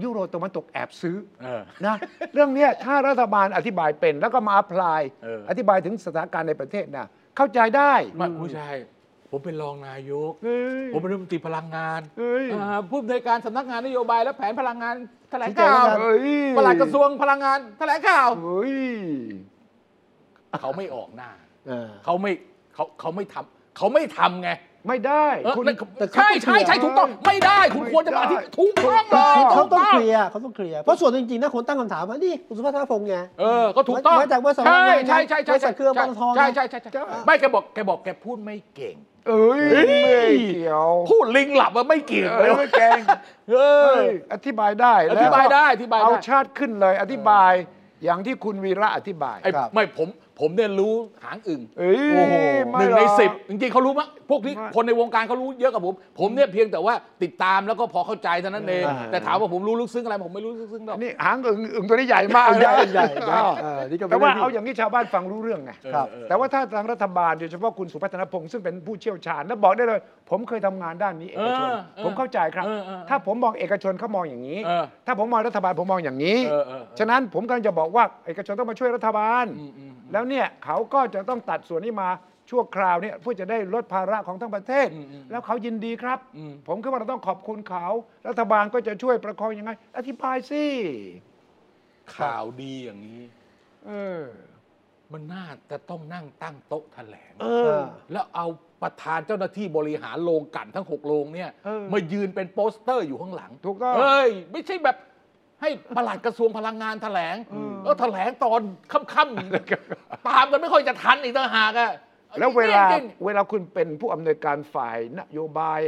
C: ยูโรตะวันตกแอบซื้อ
B: เออ
C: นะเรื่องเนี้ยถ้ารัฐบาลอธิบายเป็น แล้วก็มาอพลาย
B: เออ
C: อธิบายถึงสถานการณ์ในประเทศนะเข้าใจได้
B: ไมันผู้ชายผมเป็นรองนายก
C: เฮ้ย
B: ผมเป็นรัฐมนตรีพลังงาน
C: เฮ้ย
B: อ่าผู้อำนวยการสำนักงานนโยบายและแผนพลังงานแถลง
A: ชี้แจง
B: ข่าว
A: แล้วกัน
C: เฮ้ย
B: ปลัดกระทรวงพลังงานแถลงข่าว
C: เฮ้ย
B: เขาไม่ออกหน้า
C: เออ
B: เขาไม่เขาเขาไม่ทำเขาไม่ทำไง
C: ไม่ได้
B: เออ
C: คุณ
A: แต่เขาต้อง
B: ใช่ใช่ใช่
C: เคลียร์
B: ถูกต้อง ไม่ได้คุณ
C: ไม่
B: ควรจะมาที่
C: ได้
B: ถูกต้อง
C: ถูก
B: เลย
C: ต้อง
A: เขา
B: ถูก
A: ต้อง
B: ต้อ
A: เค
B: ง
A: ลียร์เขาต้องเคลียร์เพราะส่วนจริงๆนะคนตั้งคำถามว่านี่คุณสุภาพพงษ์ไง
B: เออก็ถูกต้อง
A: มาจากบริษัท
B: ใช่ใช่ใช่
A: บ
B: ใช่
A: ริษัทเครือปตทนะ
B: ใช่ใช่ใช่ใช่ไม่แกบอกแกบอกแกพูดไม่เก่ง
C: เอ้ย
B: เฮ้ย
C: ไม่เกี่ยว
B: พูดลิงหลับอะไม่เก่งเล
C: เอ้
B: ย
C: ยไม่เก่ง
B: เอ
C: เอ้
B: อ
C: ยอธิบายได้แล้ว
B: อธิบายได้อธิบายได้
C: เอาชาติขึ้นเลยอธิบายอย่างที่คุณวีระอธิบาย
B: ไอ้
A: ครับ
B: ไม่ผมผมเนี่ยรู้หางอึ่ง
C: เอ้ย
A: โอ้โห
C: ไม่
B: หนึ่ง
C: ร
B: ใน
C: อก
B: สิบจริงๆเขารู้มั้ยพวกนี้
C: ไม่
B: คนในวงการเขารู้เยอะกับผม ผมเนี่ยเพียงแต่ว่าติดตามแล้วก็พอเข้าใจเท่านั้นเอง
A: อ่า
B: แต่ถามว่าผมรู้ลึกซึ้งอะไร ผมไม่รู้ลึกซึ้งหรอก
C: นี่หางอึ่งอึ่งตัวนี้ใหญ่มาก
A: ใหญ่
C: นะ
A: ใหญ่นะ
C: อ้าว
A: เออนี่ก็ป็
C: แต่
A: น
C: ว่า
A: รื่ที่
C: เอาอย่างนี้ชาวบ้านฟังรู้เรื่องไง
A: ครับ
C: แต่ว่าถ้าทางรัฐบาลโดยเฉพาะคุณสุพัฒนพงศ์ซึ่งเป็นผู้เชี่ยวชาญแล้วบอกได้เลย ผมเคยทำงานด้านนี้เอกชน
B: เออเออ
C: ผมเข้าใจครับ
B: เออเออ
C: ถ้าผมมองเอกชนเขามองอย่างนี้
B: เออ
C: ถ้าผมมองรัฐบาลผมมองอย่างนี้
B: เออเออเออ
C: ฉะนั้นผมกำลังจะบอกว่าเอกชนต้องมาช่วยรัฐบาล แล้วเนี่ยเขาก็จะต้องตัดส่วนนี้มาชั่วคราวเนี่ยเพื่อจะได้ลดภาระของทั้งประเทศ แล้วเขายินดีครับ ผมคิดว่าเราต้องขอบคุณเขา รัฐบาลก็จะช่วยประคองยังไง อธิบายสิ
B: ข่าวดีอย่างนี้
C: เออ
B: มันน่าจะต้องนั่งตั้งโต๊ะแถลง
C: เอ
A: เอ
C: อ
A: อ
B: แล้วเอาประธานเจ้าหน้าที่บริหารโรงกลั่นทั้ง 6 โรงเนี่ย
C: เออ
B: มายืนเป็นโปสเตอร์อยู่ข้างหลัง
C: ถูกต้อง
B: เอ้ย ไม่ใช่แบบให้ประหลัดกระทรวงพลังงานแถลง
C: อืม
B: แล้วแถลงตอนค่ำๆ ตามกันไม่ค่อยจะทันอีกต่างหากอะ
C: แล้วเวลา
B: จริง
C: เวลาคุณเป็นผู้อำนวยการฝ่ายนโยบาย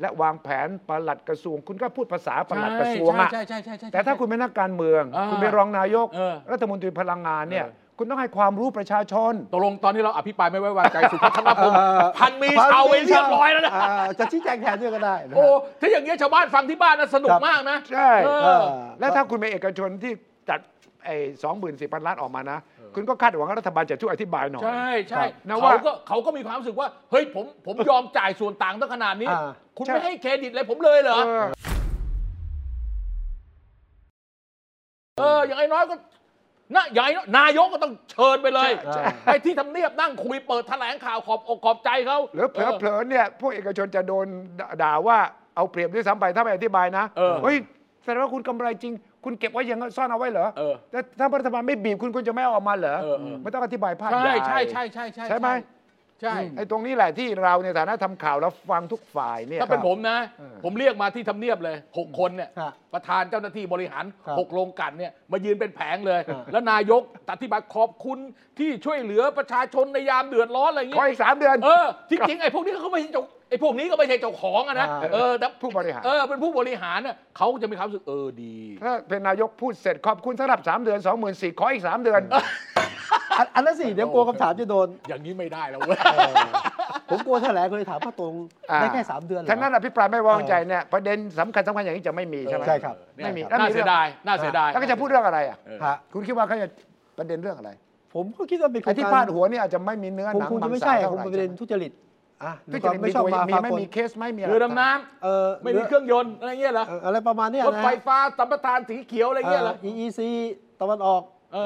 C: และวางแผนปลัดกระทรวง คุณก็พูดภาษา
B: ๆ
C: ปลัดกระทรวงอะ
B: ใช่ใช่ใช่ใช่ใช่
C: แต่ถ้าคุณเป็นนักการเมือง
B: อ่า
C: คุณเป็นรองนายก
B: เออ
C: รัฐมนตรีพลังงานเนี่ย
B: เออ
C: คุณต้องให้ความรู้ประชาชน
B: ตกลงตอนนี้เราอภิปรายไม่ไว้วางใจสุพัฒนพงศ์
A: เอ่อ
B: พันมีชาวเวเรียบร้อยแล้วนะ
A: าจะชี้แจงแทนด้วยก็ได้นะ
B: โอ้ถ้าอย่างเงี้ยชาวบ้านฟังที่บ้านนะสนุ
A: ค
B: ก
A: รับ
B: มากนะ
C: ใช่
B: เออ
A: เออ
C: และถ้าคุณเป็นเอกชนที่จัดไอ้สองหมื่นสี่พันล้านออกมานะ คุณก็คาดหวังว่ารัฐบาลจะช่วยอธิบายหน่อย
B: ใช่
C: ครั
B: ใช่
C: บนะว่า
B: เขาก็เขาก็มีความรู้สึกว่า เฮ้ยผมผมยอมจ่ายส่วนต่างตั้งขนาดนี้
A: อ่า
B: คุณ
C: ใช่
B: ไม่ให้เครดิตเลยผมเลยเหรอ
C: เออ
B: เออ อย่างไอ้น้อยก็นะใหญ่างไอ้น้อยนายกก็ต้องเชิญไปเลย
A: ใช่
B: ไปที่ทำเนียบนั่งคุยเปิดแถลงข่าวขอบอกขอบใจเขา
C: หรือเผลอๆเนี่ยพวกเอกชนจะโดนด่าว่าเอาเปรียบด้วยซ้ำไปถ้าไม่อธิบายนะ
B: เออ
C: เฮ้ยแสดงว่าคุณกำไรจริง คุณเก็บไว้อย่างนั้นซ่อนเอาไว้เหรอ
B: เออ
C: แต่ถ้ารัฐบาลไม่บีบคุณคุณจะไม่เอาออกมาเหรอ
B: เออเออ
C: ไม่ต้องอธิบายภาพ
B: ใช่
C: หญ่
B: ใช่ใช่ใช่ใช่
C: ใช่ไหม
B: ใช่
C: ไอ้ตรงนี้แหละที่เราในฐานะทำข่าวแล้วฟังทุกฝ่ายเนี่ย
B: ถ้าเป็นผมนะ
C: เออ
B: ผมเรียกมาที่ทำเนียบเลยหกคนเนี่ย
A: ครับ
B: ประธานเจ้าหน้าที่บริหาร
A: ครับ
B: หกโรงกลันเนี่ยมายืนเป็นแผงเลย
A: อ่า
B: แล้วนายกตัดที่บัตรขอบคุณที่ช่วยเหลือประชาชนในยามเดือดร้อนอะไรอย่าง
C: ขอ
B: เงี้ย
C: อีกสามเดือน
B: เออที่จริงไอ้พวกนี้เขาไม่ใช่เจ้าไอ้พวกนี้ก็ไม่ใช่เจ้าของอะนะ
A: อ่า
B: เออแต่
C: ผู้บริหาร
B: เออเป็นผู้บริหารน่ะเขาก็จะมีความรู้สึกเออดี
C: ถ้าเป็นนายกพูดเสร็จขอบคุณสำหรับสามเดือน2 4 0 0 0ขออีกสามเดือน
A: อันอันนั้นสิเดี๋ยวกลัวคำถามจะโดน
B: อย่างนี้ไม่ได้แล้วเว้ย
A: เออผมกลัวแถลงเลยถามป้าตรง
C: อ่า
A: ได้แค่ 3 เดือนเหรอ
C: ทั้งนั้นอภิปรายไม่ไว้วางใจเนี่ยประเด็นสำคัญสำคัญอย่างนี้จะไม่มีใช่ไหม
A: ใช่ครับ
C: ไม่มีแล้ว
B: น่า
C: มี
B: เสี
C: เรื่อย ง
B: ดาย น่าเสียดาย
C: แล้วก็จะพูดเรื่องอะไรอ่ะ
B: เออ
A: ฮะ
C: คุณคิดว่าเขาจะประเด็นเรื่องอะไร
A: ผมก็คิดว่าเป็นโคร
C: ไอ้
A: ง
C: ที่
A: การ
C: พาดหัวเนี่ยอาจจะไม่มีเนื้อ
A: ค
C: ห
A: ง
C: นัง
A: คงจะ
C: มัง
A: ไม่
C: สา
A: ใช่
C: เท่า
A: คง
C: ไหร่
A: เป็นประเด็นทุจริตอ่ะหรื
C: ทุ
A: อ
C: จริต
A: ความ
C: มี
A: ไม่ชอบ
C: ตัว
A: มา
C: มี
A: พาก
C: ไม่
A: ล
C: มีเคสไหม่มีอะไร
B: เรือดำน้
A: เออ
B: ำไม่มีเครื่องยนต์อะไรเงี้ยเหรอ
A: เอ่ออะไรประมาณเนี้ย
B: รถ
A: นะ
B: ไฟฟ้าสัมปทานสีเขียวอะไรเงี้ยเหรอ
A: เอ่อ EEC ตะวันออก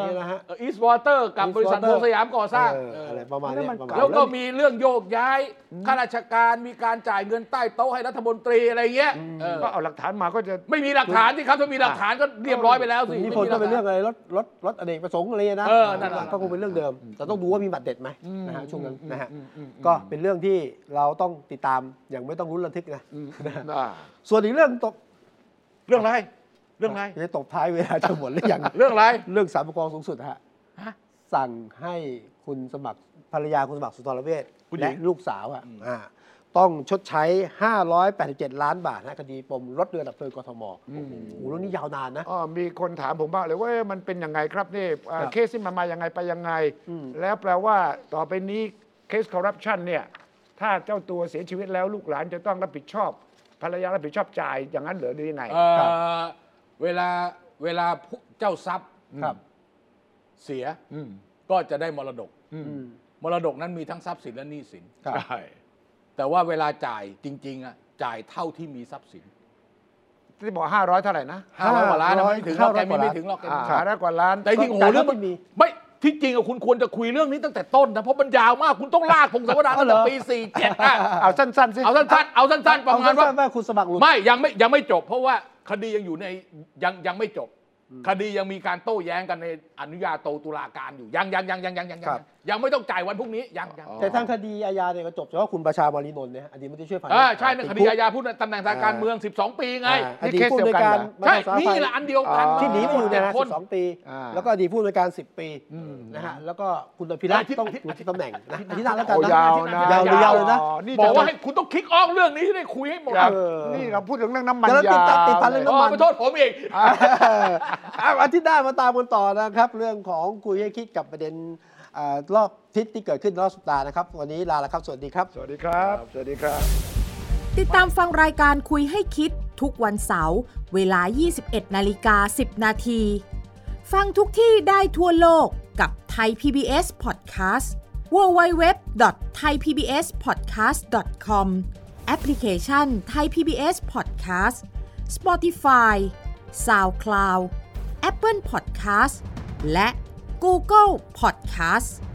A: นี่นะฮะ
B: อีสวอเตอร์กับ
A: East
B: บริษัท
A: Water
B: โพสยามก่อสร้าง
A: เออ
B: เอออ
A: อะไรประมาณเนี้ยประมาณ
B: แล้วก็
A: เนี้ย
B: มีเรื่องโยกย้ายข้าราชการมีการจ่ายเงินใต้โต๊ะให้รัฐมนตรีอะไรเงี้ยเออ
C: ก็เอาหลักฐานมาก็จะ
B: ไม่มีหลักฐานที่ครับถ้ามีหลักฐานก็เรียบร้อยไปแล้วสิ
A: มี
B: ไม่
A: ผล
B: มี
A: ก็
B: หลัก
A: เป็นเรื่
B: ฐา
A: อน งอะไรรถรถรถอเนกประสงค์อะไรนะ
B: เออนั่นแหละ
A: ก็คงเป็นเรื่องเดิม แต่ต้องดูว่ามีบัตรเด็ดไหมนะฮะช่วงนั้นนะฮะก็เป็นเรื่องที่เราต้องติดตามอย่างไม่ต้องรุ้นระทึกนะนะฮะส่วนอีกเรื่องตก
B: เรื่องอะไร เรื่องอะไร
A: จะตกท้ายเวลาจะหมดหรือยัง
B: เรื่องอะไร
A: เรื่องสารปกครองสูงสุดฮะ
B: ฮะ
A: สั่งให้คุณสมัครภรรยาคุณสมัครสุนทรเวช
B: คุณหญิ
A: และ
B: ง
A: ลูกสาวอะอ่าต้องชดใช้ 587 ล้านบาทนะคดีปมรถเรือดับเพลิงกทมโอ้โหเรื่องนี้ยาวนานนะ
C: อ๋อมีคนถามผมบ้างเลยว่าเอ๊ะมันเป็นยังไงครับนี่เอ่อ
A: ครับ
C: เคสที่มันมายังไงไปยังไง
A: อืม
C: แล้วแปลว่าต่อไปนี้เคสคอร์รัปชันเนี่ยถ้าเจ้าตัวเสียชีวิตแล้วลูกหลานจะต้องรับผิดชอบ ภรรยารับผิดชอบจ่ายอย่างนั้นเหรือหรือยังไง
B: เอ่อ
A: ครับ
B: เวลาเวลาผู้เจ้าทรัพย์
A: ครับ
B: เสีย
C: อืม
B: ก็จะได้มรดก
A: อืม
B: มรดกนั้นมีทั้งทรัพย์สินและหนี้สิน
A: ครับ
B: แต่ว่าเวลาจ่ายจริงๆอะจ่ายเท่าที่มีทรัพย์สิน
C: ที่บอก 500 เท่าไหร่นะ
B: ห้าร้อยกว่าล้านนะ
A: 500
B: ไม่ถึงหรอกแก
A: ก
B: มี
A: ว่าล้าน
B: ไม่ถึงหรอกแกมี
C: ห้าร้อยกว่าล้าน
B: แต่จริงๆโห
A: ก็
B: เรื่อง
A: ก็
B: มัน
A: ไม่มี
B: ไม่ที่จริงอะคุณควรจะคุยเรื่องนี้ตั้งแต่ต้นนะเพราะมันยาวมากคุณต้องลากพงศาวดาร
A: เอา
B: ตั้ง
A: เหร
B: แต่
A: อ
B: ปี47อะ
C: เอาสั้นๆสิ
B: เอาสั้นๆเอาสั้นๆประมาณ
A: เอ
B: ว่า
A: สั้นๆว่าคุณสมัครหลุด
B: ไม่ยังไม่ยังไม่จบ เพราะว่าคดียังอยู่ในยังยังไม่จบ คดียังมีการโต้แย้งกันในอนุญาโตตุลาการอยู่ยังยังยังยังยังยังยั
A: ครั
B: ง
A: บ
B: ยังไม่ต้องจ่ายวันพรุ่งนี้ยังยัง
C: อ๋อ
A: แต่ทางคดีอาญาเนี่ยก็จบเฉพาะคุณประชามารีนนท์นะฮะอดีตมันจะช่วยผ่าน
B: เออใช่นะคดีอาญาพูดตำแหน่งทางการเมือง 12 ปีไง
A: อดีตผู้อำนวยการ
B: ใช่
A: ประชาสัม
B: นี่
A: พัธ์
B: แหละอันเดียวกัน
C: อ๋อ
A: ที่หนีไปอยู่เนยนะ
B: คน
A: 12 ปี
C: อ่า
A: แล้วก็อดีตผู้อำนวยการ 10 ปี
B: อืม
A: นะฮะแล้วก็คุณอภิรัตน์ต้องอยู่ที่ตำแหน่งนะอาทิตย์หน้าแล้วกัน
C: โอ้
A: นะ
C: ยาวนะ
A: ยาวเลยยาวเลยนะ
C: นี่
B: บอกว่าให้
C: จะ
B: คุณต้องคิกออกเรื่องนี้ให้ได้คุยให้หมด
C: ยาว
A: เออ
C: นี่เราพูดถึงเรื่องน้ำมัน
A: จะได้ติ
C: ยา
A: ดตามติดตาม
C: เล
A: เรื่
C: ย
A: อง
B: อ๋อไปโทษผมอีก
A: เออเอาอาทิตย์หน้ามาตามกันต่อนะครับ เรื่องของคุยให้คิดกับประเด็นเอ่อรอบทิศที่เกิดขึ้นรอบสัปดาห์นะครับ วันนี้ลาแล้วครับ สวัสดีครับ
C: สวัสดีครับ สวัสดีครับ
D: ติดตามฟังรายการคุยให้คิดทุกวันเสาร์เวลา 21 นาฬิกา 10 นาที ฟังทุกที่ได้ทั่วโลกกับไทย PBS Podcast www.thaipbspodcast.com แอปพลิเคชัน Thai PBS Podcast Spotify SoundCloud Apple Podcast และ Google Podcast